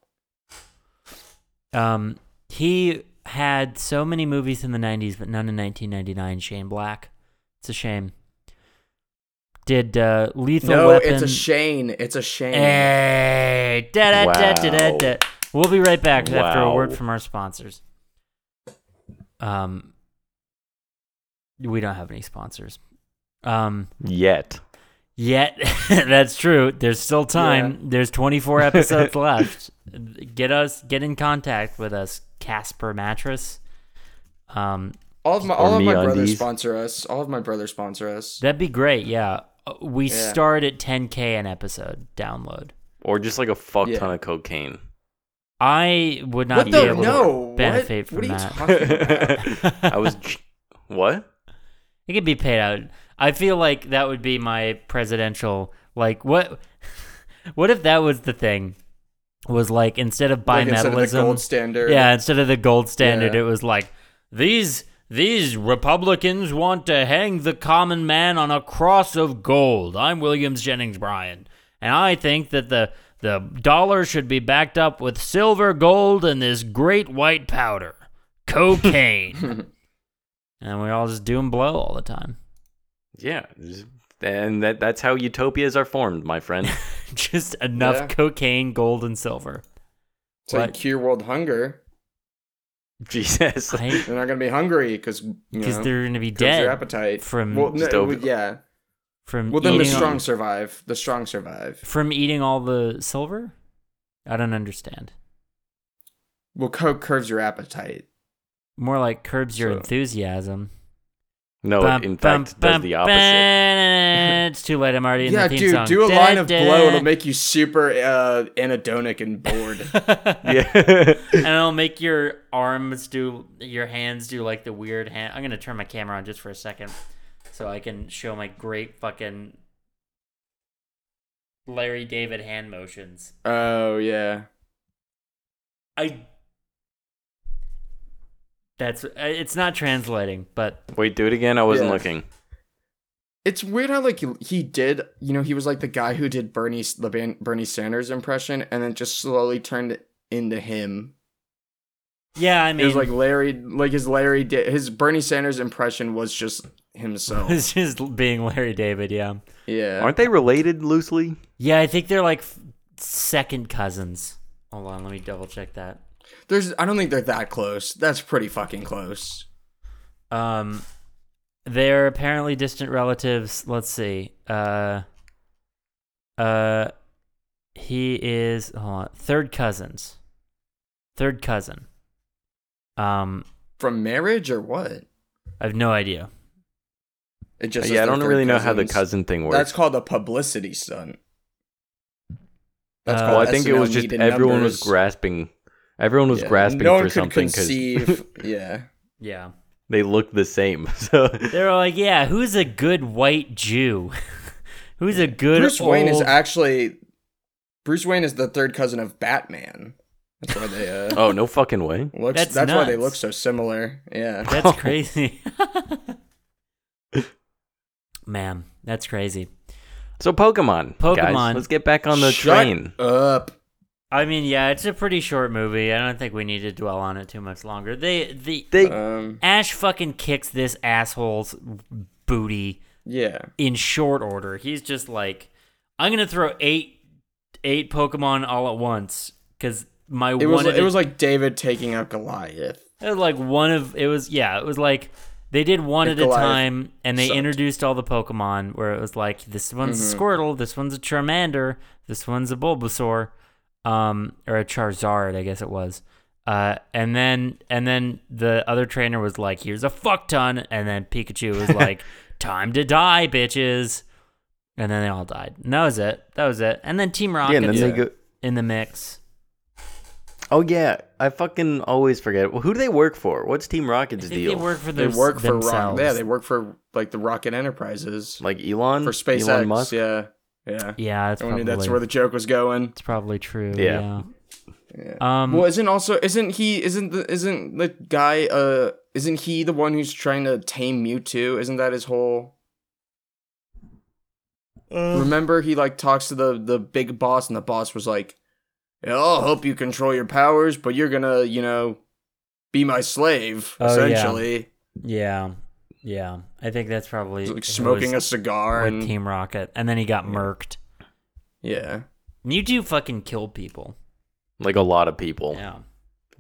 S1: Mm.
S2: Um, he had so many movies in the '90s, but none in 1999. Shane Black. It's a shame. Did uh, Lethal
S1: No,
S2: Weapon?
S1: it's a Shane. It's a Shane.
S2: Hey, da da da da da da. We'll be right back after a
S3: Wow.
S2: word from our sponsors. Um, we don't have any sponsors. Um.
S3: Yet.
S2: Yet, [LAUGHS] that's true. There's still time.
S1: [LAUGHS]
S2: There's 24 episodes left. Get us, get in contact with us, Casper Mattress. Um,
S1: all of my
S3: Or
S1: all of my
S3: MeUndies.
S1: brothers sponsor us. All of my brothers sponsor us.
S2: that'd be great. Yeah, Uh, we
S1: Yeah.
S2: start at 10k an episode download.
S3: Or just like a fuck
S1: Yeah.
S3: ton of
S1: [LAUGHS]
S3: cocaine.
S2: I would not
S1: What
S2: be
S1: the
S2: able
S1: no?
S2: to
S1: What?
S2: benefit
S1: what are
S2: from
S1: you
S2: that.
S1: talking
S2: [LAUGHS]
S1: about?
S3: I was. What?
S2: It could be paid out. I feel like that would be my presidential. Like what? [LAUGHS] What if that was the thing? Was like instead of
S1: Like,
S2: bimetallism,
S1: instead of the gold standard.
S2: Yeah, instead of the gold standard,
S1: Yeah.
S2: it was like these these Republicans want to hang the common man on a cross of gold. I'm Williams Jennings Bryan, and I think that the the dollar should be backed up with silver, gold, and this great white powder, cocaine.
S1: [LAUGHS]
S2: and we all just do and blow all the time. [LAUGHS]
S3: Yeah. And that, that's how utopias are formed, my friend.
S1: [LAUGHS]
S3: [LAUGHS]
S2: just enough
S1: Yeah.
S2: cocaine, gold, and silver.
S1: It's like
S2: What?
S1: cure world hunger.
S3: Jesus.
S2: Because
S1: They're not gonna be hungry because you know,
S2: they're going to be
S1: curbs
S2: dead
S1: their appetite
S2: from-
S1: well,
S3: Just
S1: no,
S3: over-
S1: yeah.
S2: from
S1: Well, then the
S2: eating all-
S1: strong survive. The strong survive.
S2: from eating all the silver? I don't understand.
S1: Well, coke curves your appetite.
S2: More like curbs your
S3: So-
S2: enthusiasm.
S3: No,
S1: Oh,
S2: Bum,
S3: it in
S2: bum,
S3: fact does
S2: bum,
S3: the opposite.
S2: bum. it's too late. I'm already in
S1: yeah,
S2: the theme
S1: dude,
S2: song.
S1: do a
S2: Da,
S1: line of
S2: da.
S1: blow. It'll make you super uh, anhedonic and bored.
S2: [LAUGHS]
S1: [LAUGHS]
S3: Yeah.
S2: and it'll make your arms do your hands do like the weird hand. I'm gonna turn my camera on just for a second, so I can show my great fucking Larry David hand motions.
S1: oh yeah,
S2: I. That's uh, it's not translating, but
S3: Wait, do it again. I wasn't
S1: Yeah.
S3: looking.
S1: it's weird how like he- he did. You know, he was like the guy who did Bernie the Ban- Bernie Sanders impression, and then just slowly turned into him.
S2: yeah, I
S1: it
S2: mean, [LAUGHS]
S1: was like Larry, like his Larry, da- his Bernie Sanders impression was just
S2: [LAUGHS]
S1: himself.
S2: it's just being Larry David. Yeah,
S1: yeah,
S3: Aren't they related loosely?
S2: yeah, I think they're like f- second cousins. Hold on, let me double check that.
S1: there's. I don't think they're that close. That's pretty fucking close.
S2: Um, they're apparently distant relatives. Let's see. Uh, uh, he is hold on, third cousins. Third cousin. Um,
S1: From marriage or what?
S2: I have no idea.
S1: It just says
S3: Uh, yeah, I don't
S1: they're
S3: really
S1: third
S3: know how the
S1: cousins.
S3: cousin thing works.
S1: That's called a publicity stunt.
S2: Uh,
S1: uh,
S3: well, I think it
S1: SNL
S3: was just
S1: needed
S3: everyone
S1: numbers.
S3: was grasping. Everyone was
S1: Yeah.
S3: grasping
S1: no one
S3: for
S1: could
S3: something because
S1: conceive. yeah,
S2: Yeah,
S3: [LAUGHS] they looked the same. [LAUGHS] So
S2: they're like, yeah, who's a good white Jew? [LAUGHS] who's a good
S1: Bruce
S2: old...
S1: Wayne is actually Bruce Wayne is the third cousin of Batman. That's why they uh,
S3: [LAUGHS] oh no fucking way.
S1: looks.
S2: That's
S1: That's, why they
S2: nuts.
S1: look so similar. Yeah. [LAUGHS]
S2: That's crazy. Man, that's crazy.
S3: So Pokemon,
S2: Pokemon.
S3: guys, let's get back on the
S1: Shut
S3: train.
S1: Up.
S2: I mean, yeah, it's a pretty short movie. I don't think we need to dwell on it too much longer. They the
S3: They
S1: Um.
S2: Ash fucking kicks this asshole's booty
S1: Yeah.
S2: in short order. He's just like, I'm gonna throw eight eight Pokemon all at once because my
S1: It
S2: one
S1: was.
S2: of
S1: It
S2: the-
S1: was like David taking out Goliath.
S2: it was like one of it was yeah it was like they did one
S1: Like
S2: at a
S1: Goliath
S2: time and they
S1: sucked. Mm-hmm.
S2: introduced all the Pokemon where it was like this one's a Squirtle, this one's a Charmander, this one's a Bulbasaur, um or a Charizard I guess it was. Uh, and then and then the other trainer was like, "Here's a fuck ton," and then Pikachu
S1: [LAUGHS]
S2: was like, "Time to die, bitches," and then they all died. And that was it. That was it. And then Team
S3: yeah, and
S2: Rocket
S3: then they go.
S2: in the mix.
S3: Oh yeah, I fucking always forget. Well, who do they work for? What's Team Rocket's
S2: I think
S3: deal?
S2: they work for
S1: They
S2: their,
S1: work for Rock.
S2: themselves.
S1: Yeah. They work for like the Rocket Enterprises
S3: like Elon
S1: for SpaceX.
S3: Elon Musk.
S1: Yeah. Yeah.
S2: yeah, that's
S1: I mean,
S2: probably
S1: that's where the joke was going.
S2: It's probably true. Yeah.
S3: Yeah.
S2: Um.
S1: Well, isn't also isn't he isn't the isn't the guy uh isn't he the one who's trying to tame Mewtwo? Isn't that his whole?
S3: Mm.
S1: Remember, he like talks to the the big boss, and the boss was like, "Yeah, "I'll help you control your powers, but you're gonna, you know, be my slave."
S2: Oh, yeah.
S1: essentially,
S2: yeah. Yeah. I think that's probably
S1: He's, like
S2: who
S1: smoking a
S2: was
S1: cigar
S2: with
S1: and
S2: Team Rocket, and then he got murked.
S1: yeah.
S2: Mewtwo fucking killed people.
S3: Like a lot of people.
S2: Yeah.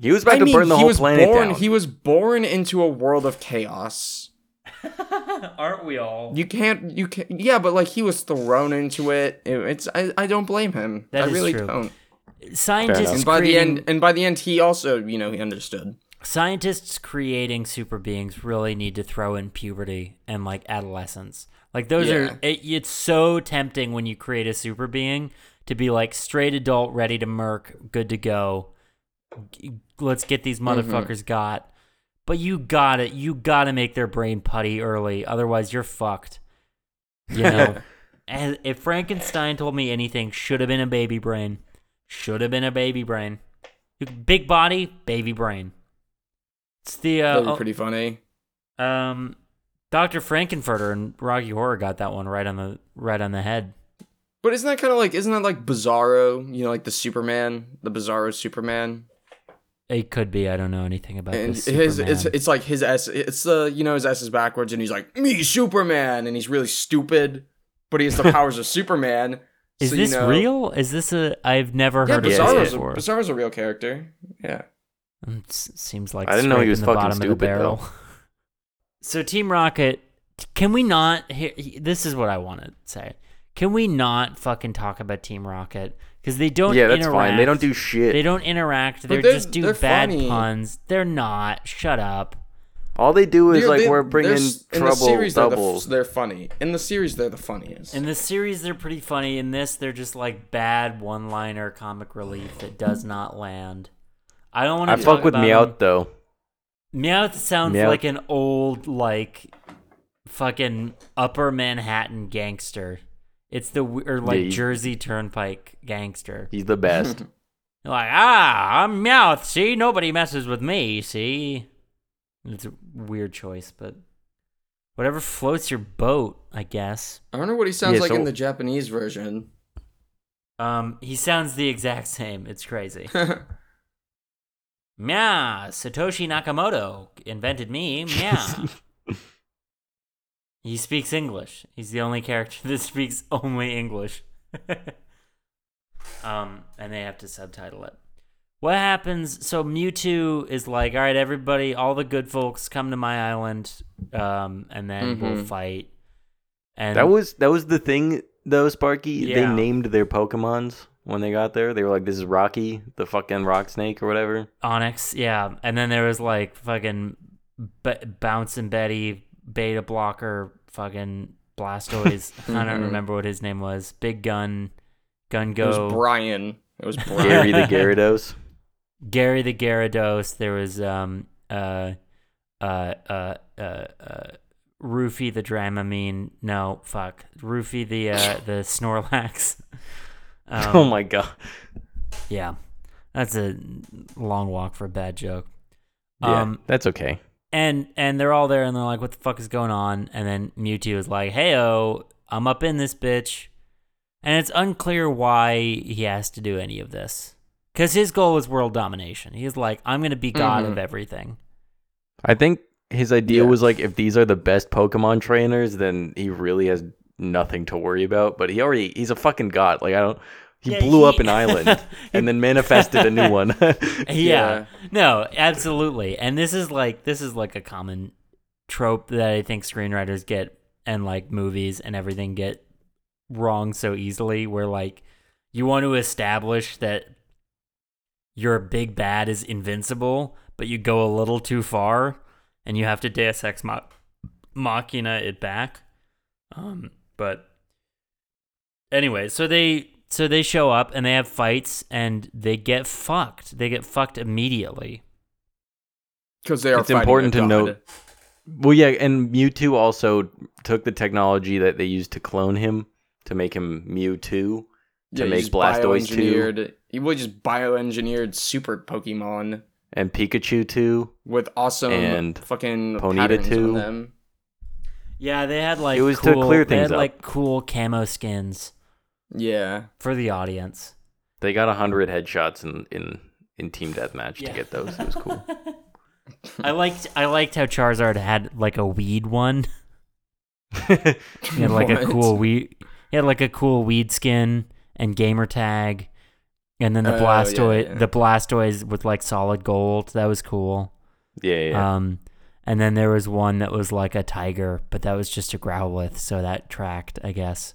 S3: He was about
S1: I
S3: to
S1: mean,
S3: burn the
S1: he
S3: whole
S1: was
S3: planet
S1: born.
S3: down.
S1: He was born into a world of chaos.
S2: [LAUGHS] Aren't we all?
S1: You can't. You can't. Yeah, but like he was thrown into it. It- it's. I. I don't blame him.
S2: That
S1: I
S2: is
S1: really
S2: true.
S1: don't.
S2: Scientists
S3: enough.
S1: And by the
S2: creating-
S1: end, and by the end, he also, you know, he understood.
S2: scientists creating super beings really need to throw in puberty and like adolescence. Like those
S1: Yeah.
S2: are it, it's so tempting when you create a super being to be like straight adult, ready to murk, good to go. G- Let's get these motherfuckers got. But you got to You got to make their brain putty early, otherwise you're fucked. You know. and if Frankenstein told me anything, should have been a baby brain. Should have been a baby brain. Big body, baby brain. It's the
S1: That'd be
S2: uh,
S1: pretty funny.
S2: um, Doctor Frankenfurter and Rocky Horror got that one right on the right on the head.
S1: But isn't that kind of like? Isn't that like Bizarro? You know, like the Superman, the Bizarro Superman.
S2: It could be. I don't know anything about
S1: And
S2: this.
S1: his,
S2: Superman.
S1: it's it's like his s. It's the you know his s is backwards, and he's like me Superman, and he's really stupid, but he has
S2: [LAUGHS]
S1: the powers of Superman.
S2: Is
S1: so, you
S2: this
S1: know-
S2: real? Is this a? I've never
S1: Yeah,
S2: heard of
S1: Bizarro's
S2: this
S1: a,
S2: before.
S1: Bizarro's a real character. Yeah.
S2: Mm, s- seems like
S3: I didn't know he
S2: scraping
S3: was
S2: the
S3: fucking
S2: bottom of the
S3: stupid,
S2: barrel. [LAUGHS]
S3: though.
S2: so Team Rocket, can we not? Here, this is what I want to say. Can we not fucking talk about Team Rocket? Because they don't.
S3: yeah, that's
S2: interact.
S3: fine. They don't do shit.
S2: They don't interact. They're,
S1: they're-
S2: just do
S1: they're
S2: bad
S1: funny.
S2: puns. They're not. Shut up.
S3: All they do is
S1: They're-
S3: like
S1: they-
S3: we're
S1: they're
S3: bringing
S1: s- in the
S3: trouble
S1: series, they're the f-
S3: doubles.
S1: They're, funny. In the series, they're the funniest.
S2: In the series, they're pretty funny. In this, they're just like bad one-liner comic relief that does not land. I don't want to.
S3: I fuck with Meowth though.
S2: Meowth sounds
S3: Meowth.
S2: like an old, like, fucking upper Manhattan gangster. It's the w- or like
S3: Yeah, you-
S2: Jersey Turnpike gangster.
S3: He's
S1: [LAUGHS]
S3: the best.
S2: Like, ah, I'm Meowth. See, nobody messes with me. See, it's a weird choice, but whatever floats your boat, I guess.
S1: I wonder what he sounds
S3: Yeah,
S1: like
S3: so-
S1: in the Japanese version. [LAUGHS]
S2: Um, he sounds the exact [LAUGHS] same. It's crazy. Meow, Satoshi Nakamoto invented me. Meow. he speaks English. He's the only character [LAUGHS] that speaks only English. [LAUGHS] um, and they have to subtitle it. What happens? So Mewtwo is like, all right, everybody, all the good folks, come to my island, um, and then we'll
S1: Mhm.
S2: fight. And
S3: that was that was the thing though, Sparky. They
S2: Yeah.
S3: named their Pokemons when they got there. They were like, "This is Rocky, the fucking rock snake or [LAUGHS] whatever."
S2: Onyx, yeah. And then there was like fucking B- Bouncing Betty, Beta Blocker, fucking
S1: [LAUGHS]
S2: Blastoise. I don't
S1: Mhm.
S2: remember what his name was. Big Gun, Gun
S1: It was
S2: Go,
S1: Brian. It was Brian. [LAUGHS]
S3: Gary the [LAUGHS] Gyarados.
S2: Gary the Gyarados. There was um uh uh uh uh. uh Rufy the Dramamine, no fuck. Rufy
S1: [LAUGHS]
S2: the uh, the Snorlax. Um,
S3: oh my god.
S2: yeah, that's a long walk for a bad joke.
S3: Yeah,
S2: Um,
S3: that's okay.
S2: and and they're all there and they're like what the fuck is going on and then mewtwo is like hey oh i'm up in this bitch and it's unclear why he has to do any of this because his goal is world domination he's like i'm gonna be god of
S1: Mhm.
S2: everything
S3: I think his idea
S1: Yeah.
S3: was like, if these are the best Pokemon trainers, then he really has nothing to worry about. But he already he's a fucking god. Like I don't. He
S2: Yeah,
S3: blew
S2: he-
S3: up
S2: [LAUGHS]
S3: an island and then manifested a new one. [LAUGHS]
S2: yeah. no absolutely and this is like this is like a common trope that i think screenwriters get and like movies and everything get wrong so easily where like you want to establish that your big bad is invincible but you go a little too far and you have to deus ex ma- machina it back um but anyway, so they so they show up and they have fights and they get fucked. They get fucked immediately.
S1: Because they are.
S3: It's important to
S1: know.
S3: note. Well, yeah, and Mewtwo also took the technology that they used to clone him to make him Mewtwo. to make Blastoise too.
S1: You would just bioengineered super Pokemon
S3: and Pikachu too.
S1: with awesome
S3: And
S1: fucking
S3: Ponyta
S1: patterns on
S3: too.
S1: them.
S2: Yeah, they had like
S3: It was to
S2: cool,
S3: clear
S2: they
S3: things
S2: had
S3: up.
S2: like cool camo skins
S1: Yeah. [LAUGHS]
S2: for the audience.
S3: They got hundred headshots in in in team deathmatch
S2: Yeah.
S3: to get those. It was cool.
S2: [LAUGHS]
S3: [LAUGHS]
S2: I liked I liked how Charizard had like a weed one. He had like a
S1: What?
S2: cool weed. He had like a cool weed skin and gamer tag, and then the
S1: Oh, yeah,
S2: Blastoise
S1: yeah.
S2: the Blastoise with like solid gold. That was cool.
S3: yeah, yeah.
S2: Um, and then there was one that was like a tiger, but that was just a Growlithe, so that tracked, I guess.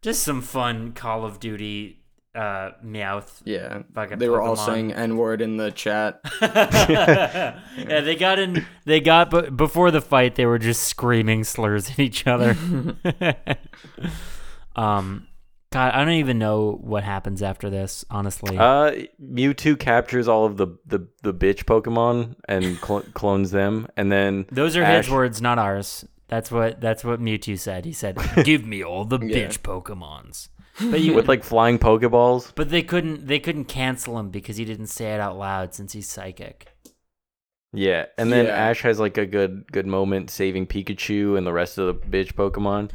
S2: Just some fun Call of Duty uh, meowth.
S1: yeah.
S2: Fucking
S1: They were all
S2: Pokemon.
S1: saying N word in the chat.
S2: yeah, they got in. They got but before the fight, they were just screaming slurs at each [LAUGHS] other. um, God, I don't even know what happens after this. Honestly,
S3: Uh, Mewtwo captures all of the the, the bitch Pokemon and cl- clones them, and then
S2: Those are
S3: Ash-
S2: his words, not ours. That's what that's what Mewtwo said. He [LAUGHS] said, "Give me all the
S1: Yeah.
S2: bitch Pokemon's." But you, [LAUGHS]
S3: with like flying Pokeballs.
S2: but they couldn't they couldn't cancel him because he didn't say it out loud since he's psychic.
S3: Yeah, and then
S1: Yeah.
S3: Ash has like a good good moment saving Pikachu and the rest of the bitch Pokemon.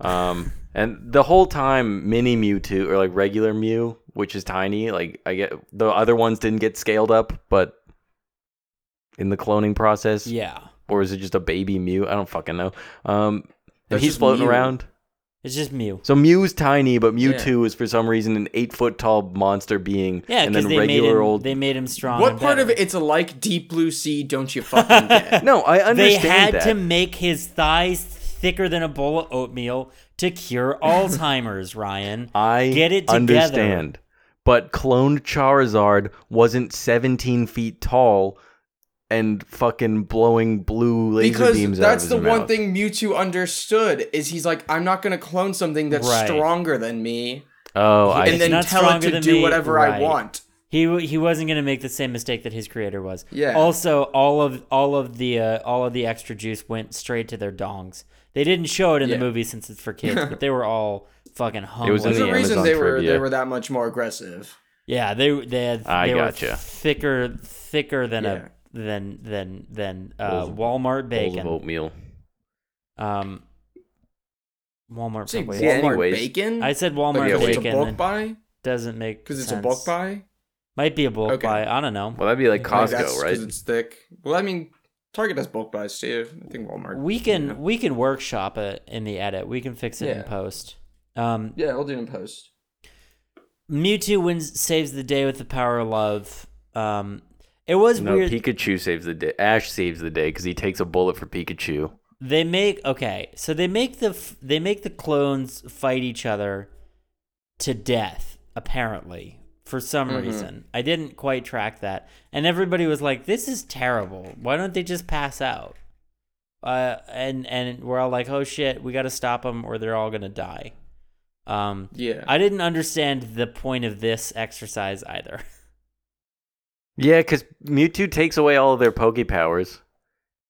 S3: Um, and the whole time, mini Mewtwo or like regular Mew, which is tiny. Like I get the other ones didn't get scaled up, but in the cloning process,
S2: Yeah,
S3: or is it just a baby Mew? I don't fucking know. Um, and
S1: That's
S3: he's
S1: just
S3: floating
S1: Mew.
S3: around.
S2: it's just Mew.
S3: So Mew's tiny, but
S1: Yeah.
S3: Mewtwo is for some reason an eight foot tall monster being.
S2: Yeah,
S3: and
S2: because
S3: then
S2: they made
S3: regular
S2: him
S3: old.
S2: they made him strong.
S1: what
S2: and
S1: part of
S2: better.
S1: it's
S2: [LAUGHS]
S1: like deep blue sea? Don't you fucking get?
S3: No, I understand
S2: They had
S3: that.
S2: to make his thighs thicker than a bowl of oatmeal to
S3: [LAUGHS]
S2: cure Alzheimer's, Ryan.
S3: I
S2: Get it together.
S3: understand. But cloned Charizard wasn't 17 feet tall and fucking blowing blue laser
S1: Because
S3: beams out
S1: that's
S3: of his
S1: the one
S3: mouth.
S1: thing Mewtwo understood is he's like, I'm not gonna clone something that's
S2: Right.
S1: stronger than me
S3: Oh, I
S1: and
S2: It's
S1: then
S2: not
S1: tell it
S2: stronger
S1: to
S2: than
S1: do
S2: me,
S1: whatever I
S2: right.
S1: want.
S2: He w- he wasn't gonna make the same mistake that his creator was.
S1: Yeah.
S2: Also, all of all of the uh, all of the extra juice went straight to their dongs. They didn't show it in
S1: Yeah.
S2: the movie since it's for kids, but
S3: [LAUGHS]
S2: they were all fucking hung.
S3: It was in
S1: There's
S2: with
S1: a
S3: the
S2: it.
S1: reason
S3: Amazon
S1: they were they
S3: trivia.
S1: were that much more aggressive.
S2: Yeah, they they had,
S3: I
S2: they were
S3: gotcha.
S2: thicker thicker than
S1: Yeah.
S2: a than than than uh,
S3: Bowls of-
S2: Walmart
S3: bowls of
S2: bacon.
S3: oatmeal.
S2: Um, Walmart.
S1: See,
S2: probably-
S1: Walmart
S3: Yeah, anyways.
S1: bacon?
S2: I said
S1: Like,
S2: Walmart
S3: yeah,
S1: it's
S2: bacon.
S1: a
S2: that
S1: bulk buy?
S2: doesn't make
S1: Because it's a
S2: sense.
S1: bulk buy?
S2: Might be a bulk
S1: Okay.
S2: buy. I don't know.
S3: Well, that'd be like
S1: Like,
S3: Costco,
S1: that's 'cause
S3: right?
S1: it's thick. Well, I mean, Target has bulk buys too. I think Walmart.
S2: We can
S1: Yeah,
S2: we can workshop it in the edit. We can fix it
S1: Yeah.
S2: in post. Um,
S1: yeah I'll do it in post.
S2: Mewtwo wins, saves the day with the power of love. Um, it was
S3: No,
S2: weird.
S3: Pikachu saves the day. Ash saves the day because he takes a bullet for Pikachu.
S2: they make okay, so they make the f- they make the clones fight each other to death. Apparently, for some
S1: Mm-hmm.
S2: reason, I didn't quite track that, and everybody was like, "This is terrible. Why don't they just pass out?" Uh, and and we're all like, "Oh shit, we got to stop them, or they're all gonna die." Um,
S1: Yeah.
S2: I didn't understand the point of this exercise either. [LAUGHS]
S3: Yeah, because Mewtwo takes away all of their Poke powers,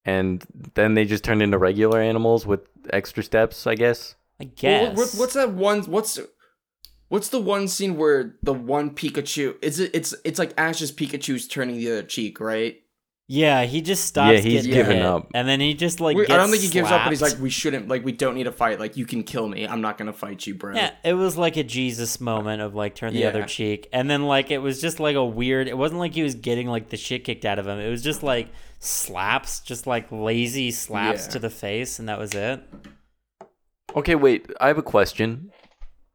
S3: and then they just turn into regular animals with extra steps, I guess.
S2: I
S1: Well,
S2: guess.
S1: what- what- what's that one? What's what's the one scene where the one Pikachu? Is it? It's it's like Ash's Pikachu's turning the other cheek, right?
S2: yeah, he just stops.
S3: Yeah, he's
S2: getting
S1: given
S2: hit,
S3: up.
S2: and then he just like.
S1: We- I don't
S2: gets
S1: think he gives up, but he's
S2: slapped.
S1: like, we shouldn't. Like, we don't need a fight. Like, you can kill me. I'm not gonna fight you, bro.
S2: Yeah, it was like a Jesus moment of like turn the
S1: Yeah.
S2: other cheek, and then like it was just like a weird. It wasn't like he was getting like the shit kicked out of him. It was just like slaps, just like lazy slaps
S1: Yeah.
S2: to the face, and that was it.
S3: Okay, wait. I have a question.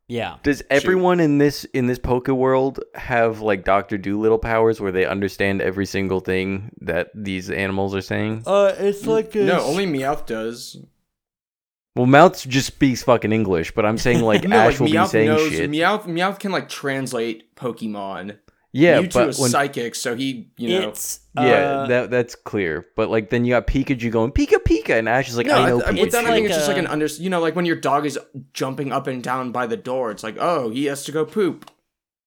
S2: Yeah,
S3: Does everyone in this in this Poke world have like Doctor Doolittle powers, where they understand every single thing that these animals are saying?
S2: uh, it's like
S1: No, only Meowth does.
S3: Well, Mouth just speaks fucking English, but I'm saying like
S1: [LAUGHS] No,
S3: Ash
S1: like
S3: will be
S1: Meowth
S3: saying
S1: knows.
S3: shit.
S1: Meowth Meowth can like translate Pokemon.
S3: yeah,
S1: Mewtwo
S3: but
S1: is
S3: when
S1: psychic, so he you know.
S2: it's
S3: Yeah,
S2: uh,
S3: that that's clear. But like then you got Pikachu going Pika Pika, and Ash is like, I know
S1: th-
S3: Pikachu.
S1: but then I think
S2: like
S1: it's
S2: uh,
S1: just like
S2: a-
S1: an under. You know, like when your dog is jumping up and down by the door, it's like, oh, he has to go poop.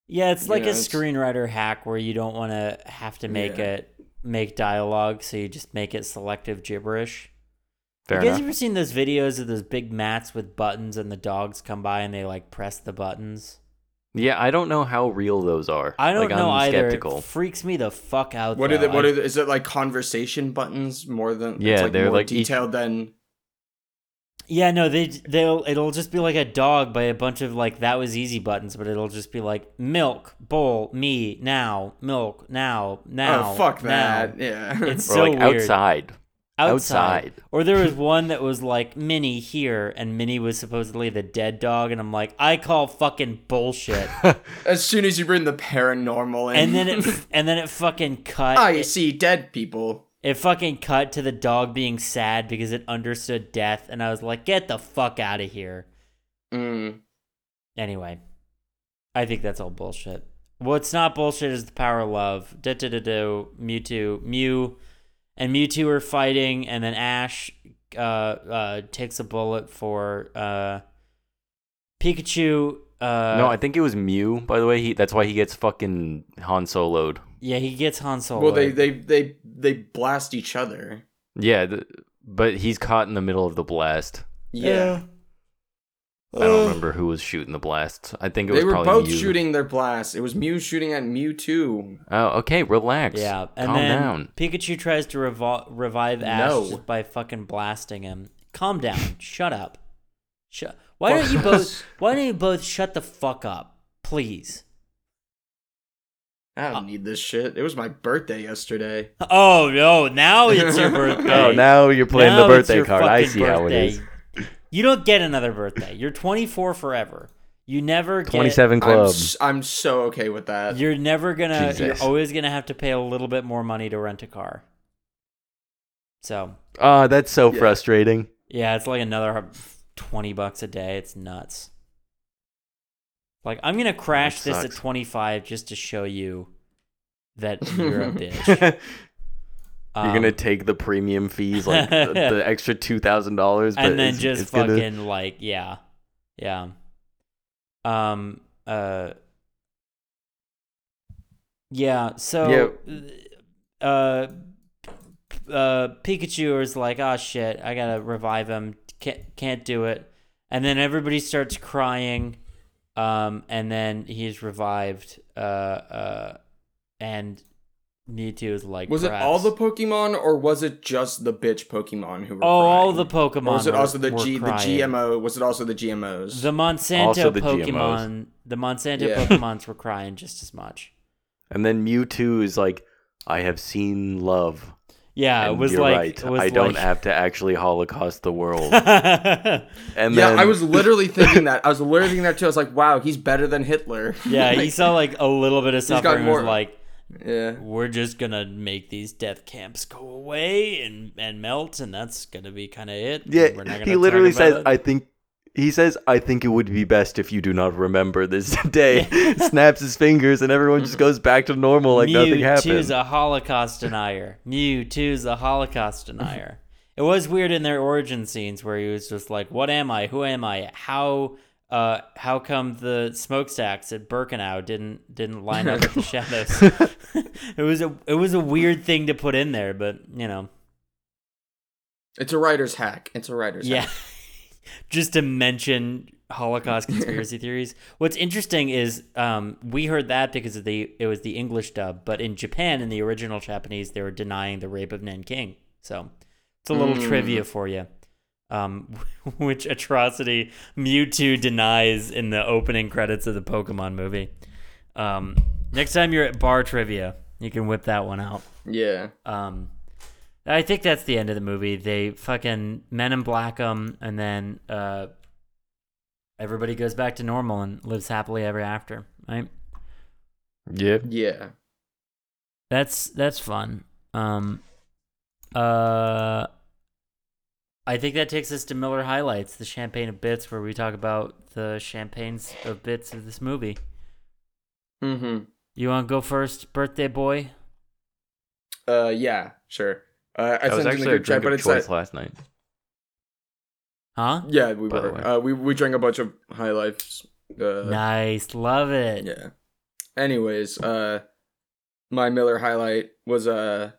S2: Yeah, it's
S1: You
S2: like
S1: know,
S2: a
S1: it's-
S2: screenwriter hack where you don't want to have to make
S1: Yeah.
S2: it make dialogue, so you just make it selective gibberish.
S3: Fair
S2: you guys
S3: enough.
S2: ever seen those videos of those big mats with buttons and the dogs come by and they like press the buttons?
S3: Yeah, I don't know how real those are.
S2: I don't
S3: like,
S2: know
S3: I'm
S2: either.
S3: Skeptical.
S2: It freaks me the fuck out.
S1: What are
S2: though.
S1: the, what
S2: I-
S1: are the, is it like conversation buttons more than
S3: Yeah,
S1: it's like
S3: they're
S1: more
S3: like each-
S1: detailed than
S2: Yeah, no, they they'll it'll just be like a dog by a bunch of like that was easy buttons, but it'll just be like milk bowl me now milk now now.
S1: oh fuck
S2: now."
S1: that yeah [LAUGHS]
S2: It's
S3: or
S2: so
S3: like
S2: weird.
S3: outside.
S2: outside.
S3: Outside.
S2: Or there was one that was like Minnie here, and Minnie was supposedly the dead dog, and I'm like, I call fucking
S1: [LAUGHS]
S2: bullshit.
S1: as soon as you bring the paranormal in
S2: and
S1: [LAUGHS]
S2: then it and then it fucking cut.
S1: I
S2: it,
S1: see dead people
S2: it fucking cut to the dog being sad because it understood death, and I was like, get the fuck out of here.
S1: mm.
S2: Anyway, I think that's all bullshit. What's not bullshit is the power of love. Da da da da. Mewtwo, Mew, and Mewtwo are fighting, and then Ash uh, uh, takes a bullet for uh, Pikachu. Uh,
S3: no, I think it was Mew. By the way, he that's why he gets fucking Han Soloed.
S2: yeah, he gets Han
S3: Oh,
S2: Solo.
S1: well they, they they they blast each other
S3: Yeah, th- but he's caught in the middle of the blast.
S1: yeah,
S3: I don't remember who was shooting the blast. I think it was
S1: they were
S3: probably
S1: both
S3: Mew.
S1: shooting their blast it was Mew shooting at Mew too
S3: Oh, okay, relax.
S2: Yeah, and
S3: calm
S2: then
S3: down.
S2: Pikachu tries to revol- revive Ash
S1: No.
S2: just by fucking blasting him. Calm
S3: [LAUGHS]
S2: down. shut up. Shut. Why don't you both? Why don't you both shut the fuck up, please?
S3: Uh,
S1: I don't need this shit it was my birthday yesterday
S2: Oh no! Now it's
S3: [LAUGHS]
S2: your birthday.
S3: Oh, now you're playing
S2: Now
S3: the
S2: it's
S3: birthday
S2: your
S3: card. I
S2: fucking
S3: see how it
S2: birthday.
S3: is.
S2: You don't get another birthday. You're 24 forever. You never get.
S3: Twenty-seven
S1: I'm,
S3: club.
S1: s- I'm so okay with that
S2: You're never gonna.
S3: Jesus.
S2: You're always gonna have to pay a little bit more money to rent a car. So
S3: Ah, that's so
S1: Yeah.
S3: frustrating. [LAUGHS]
S2: Yeah, it's like another twenty bucks a day. It's nuts. Like I'm gonna crash
S3: That
S2: this at
S3: sucks.
S2: twenty five just to show you
S3: [LAUGHS]
S2: that you're a bitch. Um,
S3: You're gonna take the premium fees, like the,
S2: [LAUGHS]
S3: the extra two thousand dollars,
S2: and then just fucking like yeah, yeah. Um. Uh. Yeah. So. Uh. Uh. Pikachu is like, oh shit, I gotta revive him. Can't can't do it. And then everybody starts crying. Um. And then he's revived. Uh. Uh. And Mewtwo is like,
S1: Was
S2: "Perhaps."
S1: it all the Pokemon or was it just the bitch Pokemon who were
S2: Oh, all
S1: crying?
S2: the Pokemon.
S1: Or was it
S2: were-
S1: also the
S2: were
S1: G
S2: crying.
S1: the GMO? Was it also the GMOs?
S2: The Monsanto
S3: Also the GMOs.
S2: Pokemon, the Monsanto
S1: Yeah.
S2: Pokemons were crying just as much.
S3: and then Mewtwo is like, "I have seen love."
S2: Yeah, Uh, it
S3: and
S2: was
S3: you're
S2: like it
S3: right.
S2: was
S3: I don't
S2: like-
S3: have to actually Holocaust
S2: [LAUGHS]
S3: the world. And
S1: yeah,
S3: then
S1: I was
S3: [LAUGHS]
S1: literally thinking that. I was literally thinking that too. I was like, wow, he's better than
S3: [LAUGHS]
S1: Hitler.
S2: yeah,
S1: Like,
S2: he saw like a little bit of
S1: got
S2: suffering. and Was
S1: more-
S2: like,
S1: [LAUGHS] yeah.
S2: we're just gonna make these death camps go away and and melt, and that's gonna be kind of it. and
S3: Yeah,
S2: we're not gonna
S3: he
S2: talk
S3: literally
S2: about
S3: says,
S2: it."
S3: "I think." He says, "I think it would be best if you do not remember this [LAUGHS] day." Snaps his fingers, and everyone just goes back to normal, like nothing
S2: Mewtwo's
S3: happened.
S2: a Holocaust denier. Mewtwo's a Holocaust denier. it was weird in their origin scenes where he was just like, "What am I? Who am I? How?" Uh, how come the smokestacks at Birkenau didn't didn't line up with
S3: [LAUGHS]
S2: the shadows? [LAUGHS] it was a it was a weird thing to put in there, but you know,
S1: It's a writer's hack. It's a writer's
S2: yeah.
S1: hack.
S2: [LAUGHS] Just to mention Holocaust conspiracy theories. What's interesting is um, we heard that because of the it was the English dub, but in Japan in the original Japanese they were denying the rape of Nanking. So it's a little
S1: Mm.
S2: trivia for you. Um, [LAUGHS] which atrocity Mewtwo denies in the opening credits of the Pokemon movie. Um, next time you're at bar trivia, you can whip that one out.
S1: Yeah.
S2: Um, I think that's the end of the movie. They fucking Men in Black 'em, and then uh, everybody goes back to normal and lives happily ever after. Right?
S3: Yeah,
S1: Yeah.
S2: That's that's fun. Um, uh, I think that takes us to Miller highlights, the champagne of bits, where we talk about the champagnes of bits of this movie.
S1: Mm-hmm.
S2: You want to go first, birthday boy?
S1: Uh, yeah, sure. Uh, I
S3: that
S1: sent
S3: was
S1: it in the
S3: actually a
S1: group chat,
S3: drink
S1: but
S3: of
S1: it's
S3: choice
S1: that.
S3: last night.
S2: Huh?
S1: Yeah, we
S3: by the way.
S1: were. Uh, we we drank a bunch of high lifes. Uh,
S2: nice, love it.
S1: Yeah. Anyways, uh, my Miller highlight was uh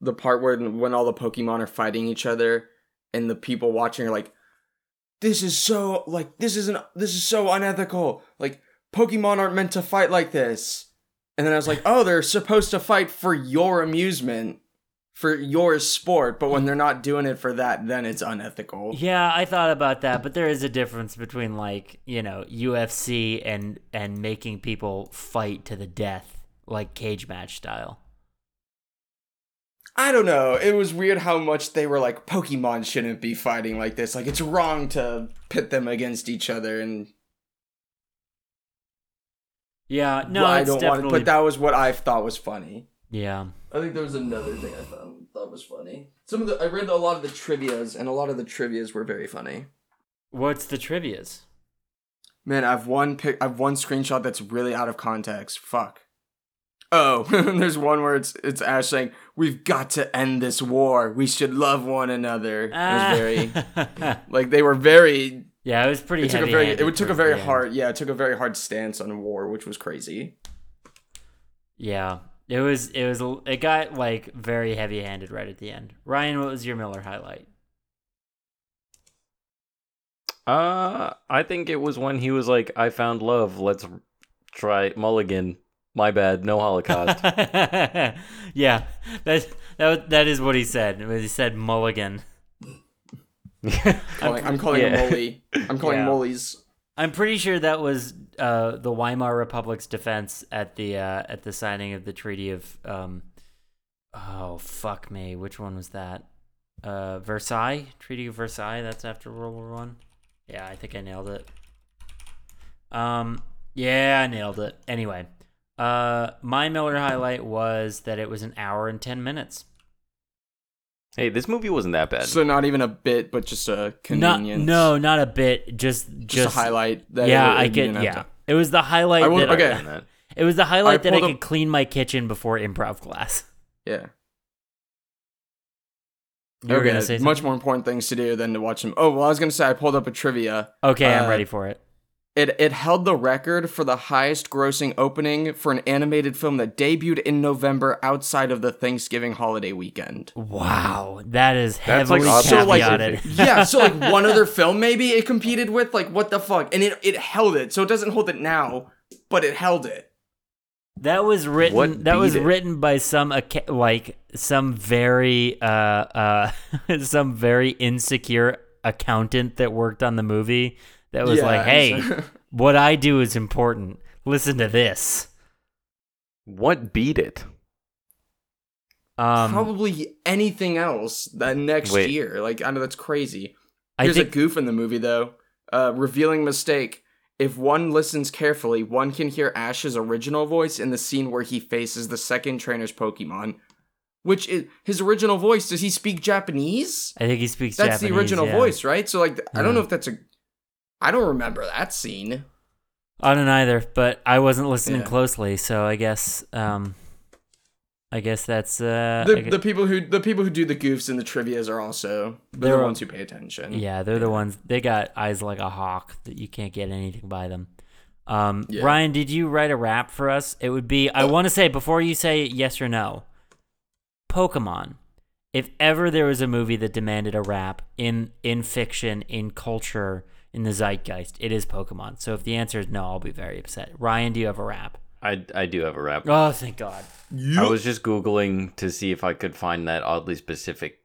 S1: the part where when all the Pokemon are fighting each other and the people watching are like, "This is so like this isn't this is so unethical. Like Pokemon aren't meant to fight like this." And then I was like, "Oh, they're supposed to fight for your amusement." For your sport, but when they're not doing it for that, then it's unethical.
S2: Yeah, I thought about that, but there is a difference between like you know UFC and and making people fight to the death, like cage match style.
S1: I don't know. It was weird how much they were like Pokemon shouldn't be fighting like this. Like it's wrong to pit them against each other and
S2: Yeah, no,
S1: well, I
S2: it's
S1: don't
S2: definitely.
S1: want to but that was what I thought was funny.
S2: yeah,
S1: I think there was another thing I found thought was funny. Some of the I read a lot of the trivias and a lot of the trivias were very funny.
S2: what's the trivia's?
S1: Man, I've one pic I've one screenshot that's really out of context. Fuck. Oh, [LAUGHS] there's one where it's it's Ash saying, "We've got to end this war. We should love one another." It
S2: Ah.
S1: was very like they were very
S2: [LAUGHS] yeah, it was pretty.
S1: it took a very
S2: heavy-handed
S1: it took a
S2: towards the
S1: very
S2: end.
S1: hard yeah it took a very hard stance on war which was crazy
S2: Yeah, it was. It was. a- It got like very heavy handed right at the end. Ryan, what was your Miller highlight?
S3: Uh, I think it was when he was like, "I found love. Let's try Mulligan." My bad. No [LAUGHS] Holocaust.
S2: [LAUGHS] yeah, that that that is what he said. He said Mulligan.
S1: Calling- i'm calling
S3: yeah.
S1: him molly i'm calling
S2: Yeah.
S1: molly's
S2: I'm pretty sure that was uh, the Weimar Republic's defense at the uh, at the signing of the Treaty of um, oh fuck me, which one was that? Uh, Versailles Treaty of Versailles. That's after World War One. Yeah, I think I nailed it. Um, yeah, I nailed it. Anyway, uh, my Miller highlight was that it was an hour and ten minutes.
S3: Hey, this movie wasn't that bad.
S1: So not even a bit, but just a
S2: Not,
S1: convenience.
S2: no, not a bit. Just, just,
S1: just, a highlight. That
S2: yeah,
S1: it-
S2: I
S1: it
S2: get.
S1: didn't have
S2: Yeah,
S1: to-
S2: it was the highlight.
S1: I will-
S2: that
S1: okay.
S3: Better than that.
S2: it was the highlight
S1: I
S2: that I
S1: pulled
S2: could
S1: up-
S2: clean my kitchen before
S1: [LAUGHS]
S2: improv class.
S1: Yeah.
S2: You were
S1: Okay,
S2: gonna say something?
S1: much more important things to do than to watch them. Oh well, I was gonna say I pulled up a trivia.
S2: Okay, I'm
S1: uh,
S2: ready for it.
S1: It it held the record for the highest grossing opening for an animated film that debuted in November outside of the Thanksgiving holiday weekend.
S2: Wow, that is
S3: That's,
S2: heavily
S3: like, oddly
S1: So, like-
S2: [LAUGHS] caveated.
S1: yeah, so like one other film maybe it competed with, like what the fuck? And it it held it. So it doesn't hold it now, but it held it.
S2: That was written.
S3: What
S2: that was
S3: beat it?
S2: written by some aca- like some very uh uh [LAUGHS] some very insecure accountant that worked on the movie. That was
S1: Yeah,
S2: like, hey,
S1: so- [LAUGHS]
S2: what I do is important. Listen to this.
S3: What beat it?
S2: Um,
S1: Probably anything else that next
S3: Wait.
S1: year. Like I know that's crazy.
S2: I
S1: Here's
S2: think
S1: a goof in the movie though. Uh, revealing mistake. If one listens carefully, one can hear Ash's original voice in the scene where he faces the second trainer's Pokemon, which is his original voice. Does he speak Japanese?
S2: I think he speaks.
S1: That's the
S2: Japanese,
S1: original
S2: yeah. Hmm.
S1: voice, right? So like, I
S2: Yeah.
S1: don't know if that's a. I don't remember that scene.
S2: I don't either, but I wasn't listening
S1: Yeah.
S2: closely, so I guess um, I guess that's uh, I
S1: The,
S2: gu-
S1: the people who the people who do the goofs and the trivia's are also they're
S2: They're-
S1: the ones who pay attention.
S2: Yeah, they're the ones they got eyes like a hawk that you can't get anything by them. Um,
S1: Yeah. Oh.
S2: Ryan, did you write a rap for us? It would be I want to say before you say yes or no. Pokemon. If ever there was a movie that demanded a rap in in fiction, in culture, in the zeitgeist, it is Pokemon. So if the answer is no, I'll be very upset. Ryan, do you have a rap?
S3: I, I do have a rap.
S2: Oh, thank God.
S3: I was just googling to see if I could find that oddly specific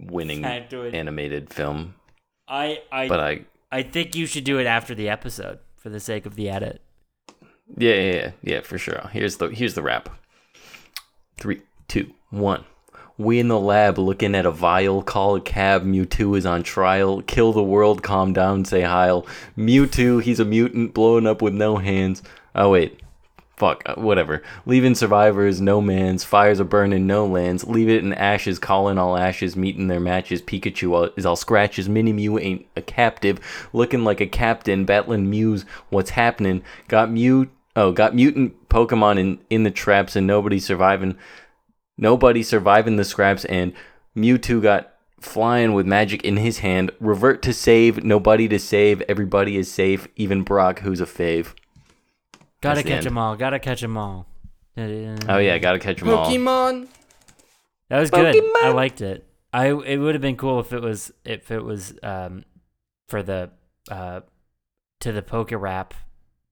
S3: winning
S2: Can't do it.
S3: animated film,
S2: I I
S3: but uh, I
S2: I think you should do it after the episode for the sake of the edit.
S3: yeah yeah yeah, yeah for sure. Here's the here's the rap. Three, two, one. We in the lab looking at a vial. Call a cab. Mewtwo is on trial. Kill the world. Calm down. Say heil. Mewtwo. He's a mutant. Blowing up with no hands. Oh wait. Fuck, uh, whatever. Leaving survivors, no man's, fires are burning, no lands. Leave it in ashes, calling all ashes, meeting their matches. Pikachu all- is all scratches, Mini Mew ain't a captive, looking like a captain, battling Mews. What's happening? Got Mew, oh, got mutant Pokemon in, in the traps, and nobody surviving. Nobody surviving the scraps, and Mewtwo got flying with magic in his hand. Revert to save, nobody to save, everybody is safe, even Brock, who's a fave.
S2: Gotta
S3: That's the
S2: catch
S3: end.
S2: them all. Gotta catch them all.
S3: Oh, yeah, gotta catch 'em all.
S1: Pokemon.
S2: That was good. I
S3: Pokemon.
S2: liked it. I it would have been cool if it was if it was um for the uh to the poker rap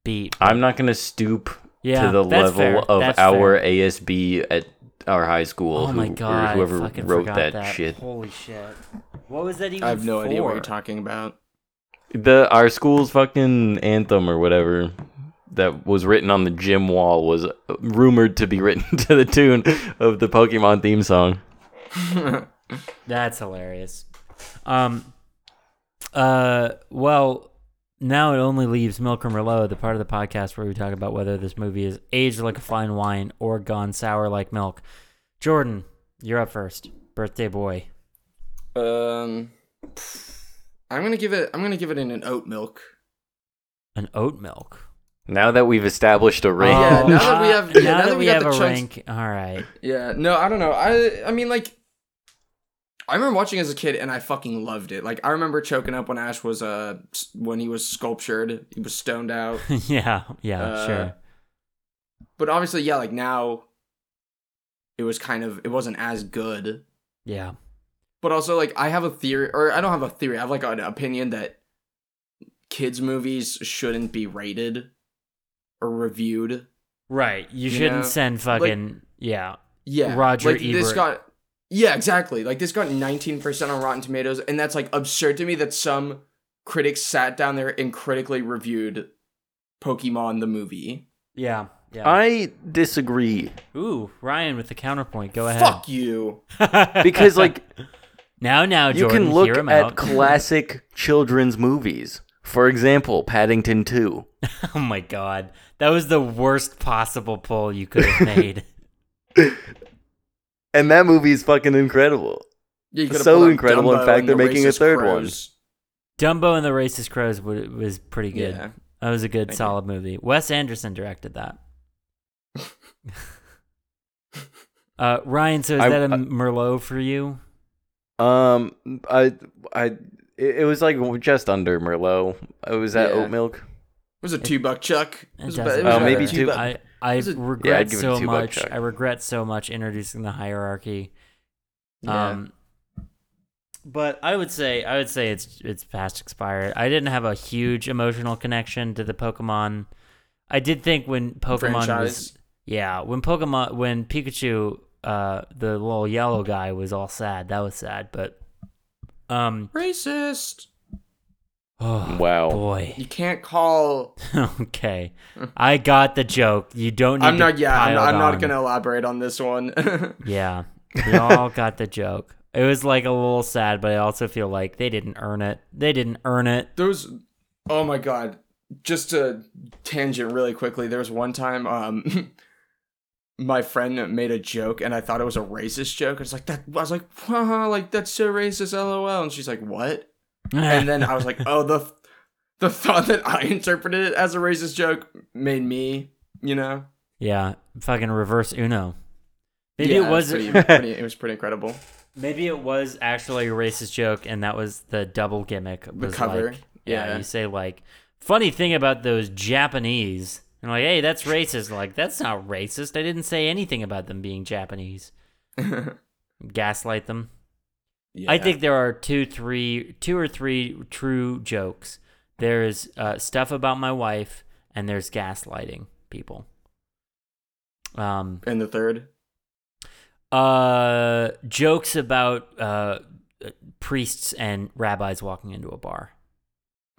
S2: beat.
S3: I'm not gonna stoop
S2: Yeah,
S3: Uh, to the
S2: that's
S3: level
S2: fair.
S3: of
S2: That's
S3: our ASB at our high school.
S2: Oh
S3: who-
S2: my
S3: or
S2: god!
S3: whoever
S2: I fucking
S3: wrote
S2: forgot
S3: that,
S2: that,
S3: shit.
S2: Holy shit! What was that even?
S1: I have no idea what you're
S2: for?
S1: talking about.
S3: The our school's fucking anthem or whatever that was written on the gym wall was uh, rumored to be written [LAUGHS] to the tune of the Pokemon theme song.
S2: That's hilarious. Um. Uh. Well, now it only leaves Milk and Merlot, the part of the podcast where we talk about whether this movie is aged like a fine wine or gone sour like milk. Jordan, you're up first. Birthday boy.
S1: Um, I'm gonna give it. I'm gonna give it in an oat milk.
S2: An oat milk.
S3: Now that we've established
S2: Oh,
S3: a rank,
S1: Yeah, now that we
S2: uh, [LAUGHS]
S1: have- yeah,
S2: now
S1: now
S2: that
S1: that we got
S2: have
S1: the
S2: a
S1: chunks-
S2: rank. All right. [LAUGHS]
S1: Yeah. No, I don't know. I. I mean, like, I remember watching as a kid, and I fucking loved it. Like, I remember choking up when Ash was uh s- when he was sculptured. He was stoned out.
S2: yeah. Yeah.
S1: Uh,
S2: sure.
S1: But obviously, yeah. Like now, it was kind of. It wasn't as good.
S2: Yeah.
S1: But also, like, I have a theory, or I don't have a theory. I have like an opinion that kids' movies shouldn't be rated or reviewed.
S2: Right. You,
S1: You
S2: shouldn't
S1: know,
S2: send fucking. yeah.
S1: Yeah.
S2: Roger
S1: like, This
S2: Ebert.
S1: got Yeah, exactly. Like this got 19% on Rotten Tomatoes and that's like absurd to me that some critics sat down there and critically reviewed Pokemon the movie.
S2: Yeah. Yeah.
S3: [LAUGHS] I disagree
S2: Ooh, Ryan with the counterpoint. Go ahead.
S1: Fuck you.
S2: [LAUGHS]
S3: because like
S2: Now, now,
S3: you
S2: Jordan,
S3: can look
S2: hear him
S3: at
S2: out. [LAUGHS]
S3: classic children's movies. For example, Paddington 2.
S2: oh my god,
S3: [LAUGHS]
S2: that was the worst possible pull you could have made.
S3: And that movie is fucking incredible.
S1: Yeah, you could've
S3: So
S1: put on
S3: incredible, in
S1: Dumbo
S3: fact,
S1: and
S3: they're
S1: the
S3: making a
S1: Racist
S3: third one.
S1: Crows.
S2: Dumbo and the Racist Crows wa- was pretty good.
S1: Yeah.
S2: That was a good,
S3: Thank you.
S2: solid movie. Wes Anderson directed
S3: [LAUGHS]
S2: that. uh, Ryan, so is
S3: I- uh,
S2: that a
S3: I-
S2: Merlot for you?
S3: Um, I, I, it, it was like just under Merlot. It was that
S1: Yeah.
S3: oat milk.
S1: It was a two buck chuck. It
S2: It
S1: was a-
S2: doesn't
S1: it was
S3: Oh,
S1: a
S3: maybe
S1: two
S3: two-
S1: buck-
S2: I, I
S1: was a- Yeah,
S2: regret
S3: I'd give it a
S2: so
S3: two-buck
S2: much.
S3: chuck.
S2: I regret so much introducing the hierarchy.
S1: Yeah.
S2: Um, but I would say I would say it's it's past expired. I didn't have a huge emotional connection to the Pokemon. I did think when Pokemon was
S1: franchise.
S2: yeah when Pokemon when Pikachu uh the little yellow guy was all sad that was sad but um
S1: Racist.
S2: oh
S3: Wow.
S2: boy [LAUGHS]
S1: You can't call.
S2: okay I got the joke you don't need
S1: I'm
S2: to
S1: not. Yeah, I'm
S2: pile
S1: not, I'm
S2: on.
S1: not gonna elaborate on this one. [LAUGHS]
S2: Yeah. We all got the joke. It was like a little sad, but I also feel like they didn't earn it. They didn't earn it.
S1: Those. Oh my god. Just a tangent, really quickly. There was one time, um, [LAUGHS] my friend made a joke, and I thought it was a racist joke. I was like, that. I was like, "Haha, like that's so racist, lol. And she's like, what? And then I was like, oh, the the thought that I interpreted it as a racist joke made me, you know.
S2: yeah, fucking reverse Uno. Maybe
S1: Yeah,
S2: it was [LAUGHS]
S1: pretty, pretty, it was pretty incredible. [LAUGHS]
S2: maybe it was actually a racist joke and that was the double gimmick was
S1: cover,
S2: like yeah,
S1: yeah.
S2: you say like funny thing about those Japanese and like, hey, that's racist. Like, that's not racist. I didn't say anything about them being Japanese. Gaslight them. I
S1: Yeah.
S2: think there are two, three, two or three true jokes. There is uh, stuff about my wife, and there's gaslighting people. Um,
S1: And the third.
S2: uh, jokes about uh, priests and rabbis walking into a bar.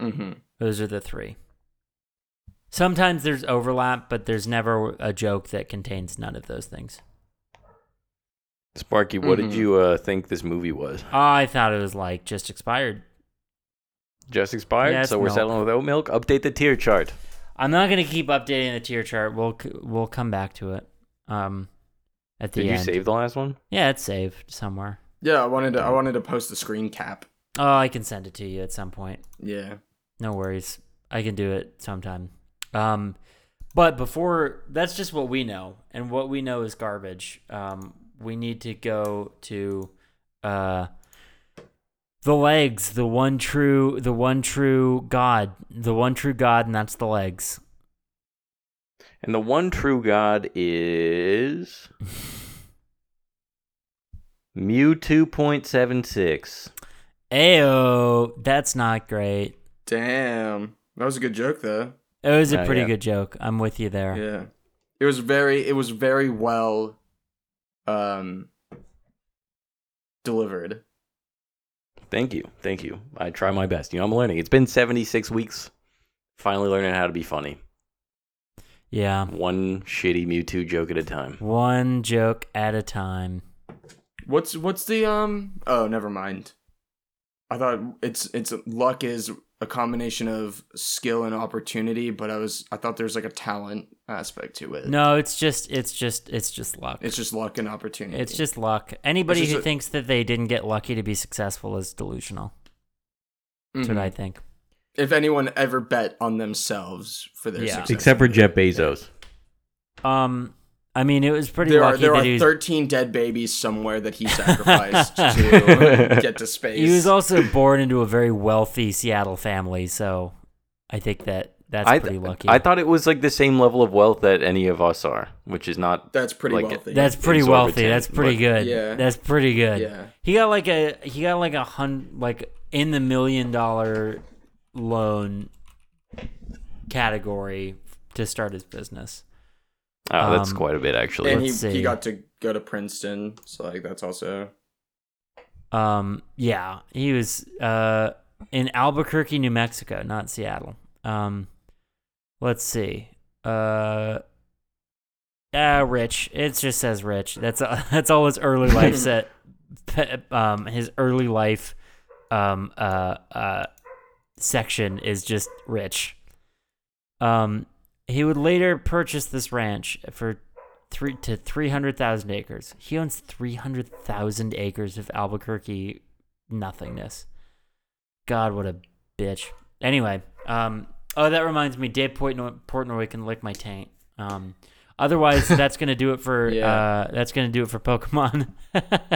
S1: Mm-hmm.
S2: Those are the three. Sometimes there's overlap, but there's never a joke that contains none of those things.
S3: Sparky, what
S1: Mhm.
S3: did you uh, think this movie was?
S2: I thought it was like just expired.
S3: Just expired,
S2: Yeah, it's
S3: so we're
S2: milk.
S3: settling with oat milk. Update the tier chart.
S2: I'm not gonna keep updating the tier chart. We'll c- we'll come back to it. Um, at the
S3: Did
S2: end.
S3: you save the last one?
S2: Yeah, it's saved somewhere.
S1: Yeah, I wanted to. I wanted to post the screen cap.
S2: Oh, I can send it to you at some point.
S1: Yeah.
S2: No worries. I can do it sometime. Um, but before that's just what we know, and what we know is garbage. Um, we need to go to uh, the legs, the one true, the one true God, the one true God, and that's the legs. [LAUGHS]
S3: And the one true God is Mew two point seven six.
S2: Ayo, that's not great.
S1: Damn. That was a good joke though.
S2: It was a
S3: Oh,
S2: pretty
S3: yeah.
S2: good joke. I'm with you there.
S1: Yeah. It was very. It was very well. Um. Delivered.
S3: Thank you, thank you. I try my best. You know, I'm learning. It's been seventy six weeks. Finally learning how to be funny.
S2: Yeah.
S3: One shitty Mewtwo joke at a time.
S2: One joke at a time.
S1: What's what's the um? Oh, never mind. I thought it's it's luck is a combination of skill and opportunity, but I was I thought there's like a talent aspect to it.
S2: No, it's just it's just it's just luck.
S1: It's just luck and opportunity.
S2: It's just luck. Anybody
S1: It's just
S2: who
S1: a-
S2: thinks that they didn't get lucky to be successful is delusional. That's
S1: Mhm.
S2: what I think.
S1: if anyone ever bet on themselves for their
S2: Yeah.
S1: success.
S3: Except for Jeff Bezos.
S2: Um, I mean, it was pretty
S1: there are
S2: lucky
S1: there
S2: that
S1: are
S2: he was.
S1: 13 dead babies somewhere that
S2: [LAUGHS]
S1: he sacrificed to get to space.
S2: He was also born into a very wealthy Seattle family, so I think that that's
S3: I, th-
S2: pretty lucky.
S3: I thought it was like the same level of wealth that any of us are, which is not.
S1: That's pretty
S3: Like,
S1: wealthy.
S2: that's pretty wealthy.
S3: exorbitant,
S2: That's pretty
S3: but-
S2: good.
S1: Yeah.
S2: That's pretty good.
S1: Yeah.
S2: He got like a he got like a hundred like in the million dollar loan category to start his business.
S3: Oh, that's
S2: Um,
S3: quite a bit actually.
S1: and he,
S2: Let's see.
S1: he got to go to Princeton, so like that's also
S2: Um, yeah, he was uh in Albuquerque, New Mexico, not Seattle. Um, let's see. Uh, uh rich. It just says rich. That's [LAUGHS] that's all his early life set. pe- Um, his early life, um, uh, uh, section is just rich. Um, he would later purchase this ranch for three to three hundred thousand acres. He owns three hundred thousand acres of Albuquerque nothingness. God, what a bitch. Anyway, um, oh, that reminds me, Dave Portnoy, Portnoy can lick my taint. Um, otherwise, that's gonna do it for
S1: Yeah.
S2: uh, that's gonna do it for Pokemon.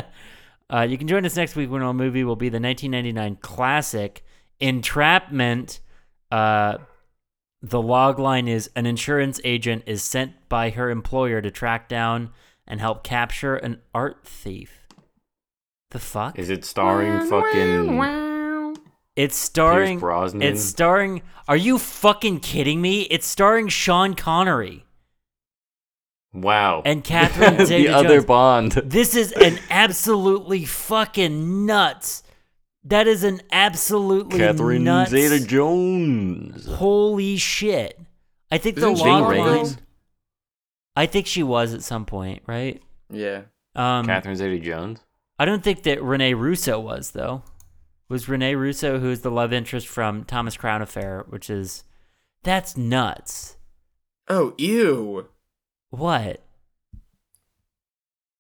S2: [LAUGHS] uh, you can join us next week when our movie will be the 1999 classic Entrapment. Uh, the log line is an insurance agent is sent by her employer to track down and help capture an art thief. The fuck?
S4: Is it starring fucking?
S2: It's starring
S4: Brosnan.
S2: It's starring Are you fucking kidding me? It's starring Sean Connery
S4: Wow. [LAUGHS]
S2: and Catherine
S3: the
S2: Zeta
S3: other
S2: Jones.
S3: Bond.
S2: This is an absolutely fucking nuts. That is an absolutely
S3: Catherine
S2: nuts.
S3: Zeta Jones.
S2: Holy shit. I think
S1: Isn't
S2: the
S1: she
S2: log
S3: Bond?
S2: line I think she was at some point, right?
S1: Yeah.
S2: Um
S4: Catherine Zeta-Jones.
S2: I don't think that Renee Russo was though. Was Renee Russo who is the love interest from Thomas Crown Affair, which is that's nuts.
S1: Oh, ew.
S2: What?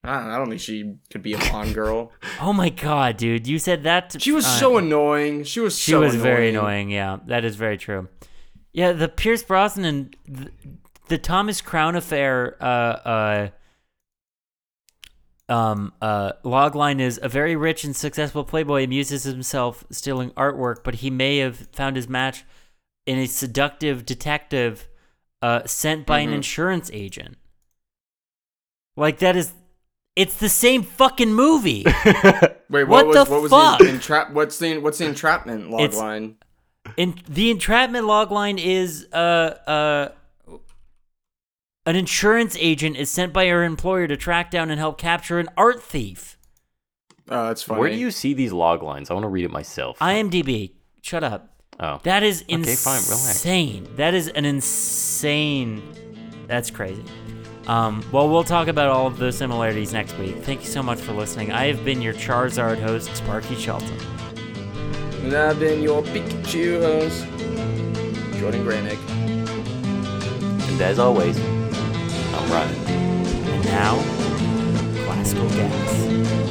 S1: I don't, I don't think she could be a Bond
S2: [LAUGHS]
S1: girl.
S2: Oh my god, dude! You said that. to-
S1: She was
S2: uh,
S1: so annoying. She was
S2: She
S1: so
S2: was very annoying. Yeah, that is very true. Yeah, the Pierce Brosnan and the, the Thomas Crown affair. Uh, uh, um, uh, logline is a very rich and successful playboy amuses himself stealing artwork, but he may have found his match in a seductive detective uh, sent by an
S1: Mhm.
S2: insurance agent. Like that is, it's the same fucking movie.
S1: Wait, what,
S2: What
S1: was
S2: the
S1: what was
S2: fuck?
S1: the entrap? What's the what's the entrapment log
S2: It's-
S1: line?
S2: In, the entrapment logline is uh uh an insurance agent is sent by her employer to track down and help capture an art thief.
S1: Oh, that's funny.
S4: Where do you see these log lines? I want to read it myself.
S2: IMDb, shut up.
S4: Oh.
S2: That is
S4: Okay, fine, relax.
S2: insane. That is an insane. That's crazy. Um, well, we'll talk about all of those similarities next week. Thank you so much for listening. I have been your Charizard host, Sparky Shelton.
S1: And I've been your Pikachu host, Jordan Granick.
S4: and as always, I'm Ryan.
S2: And now, classical gas.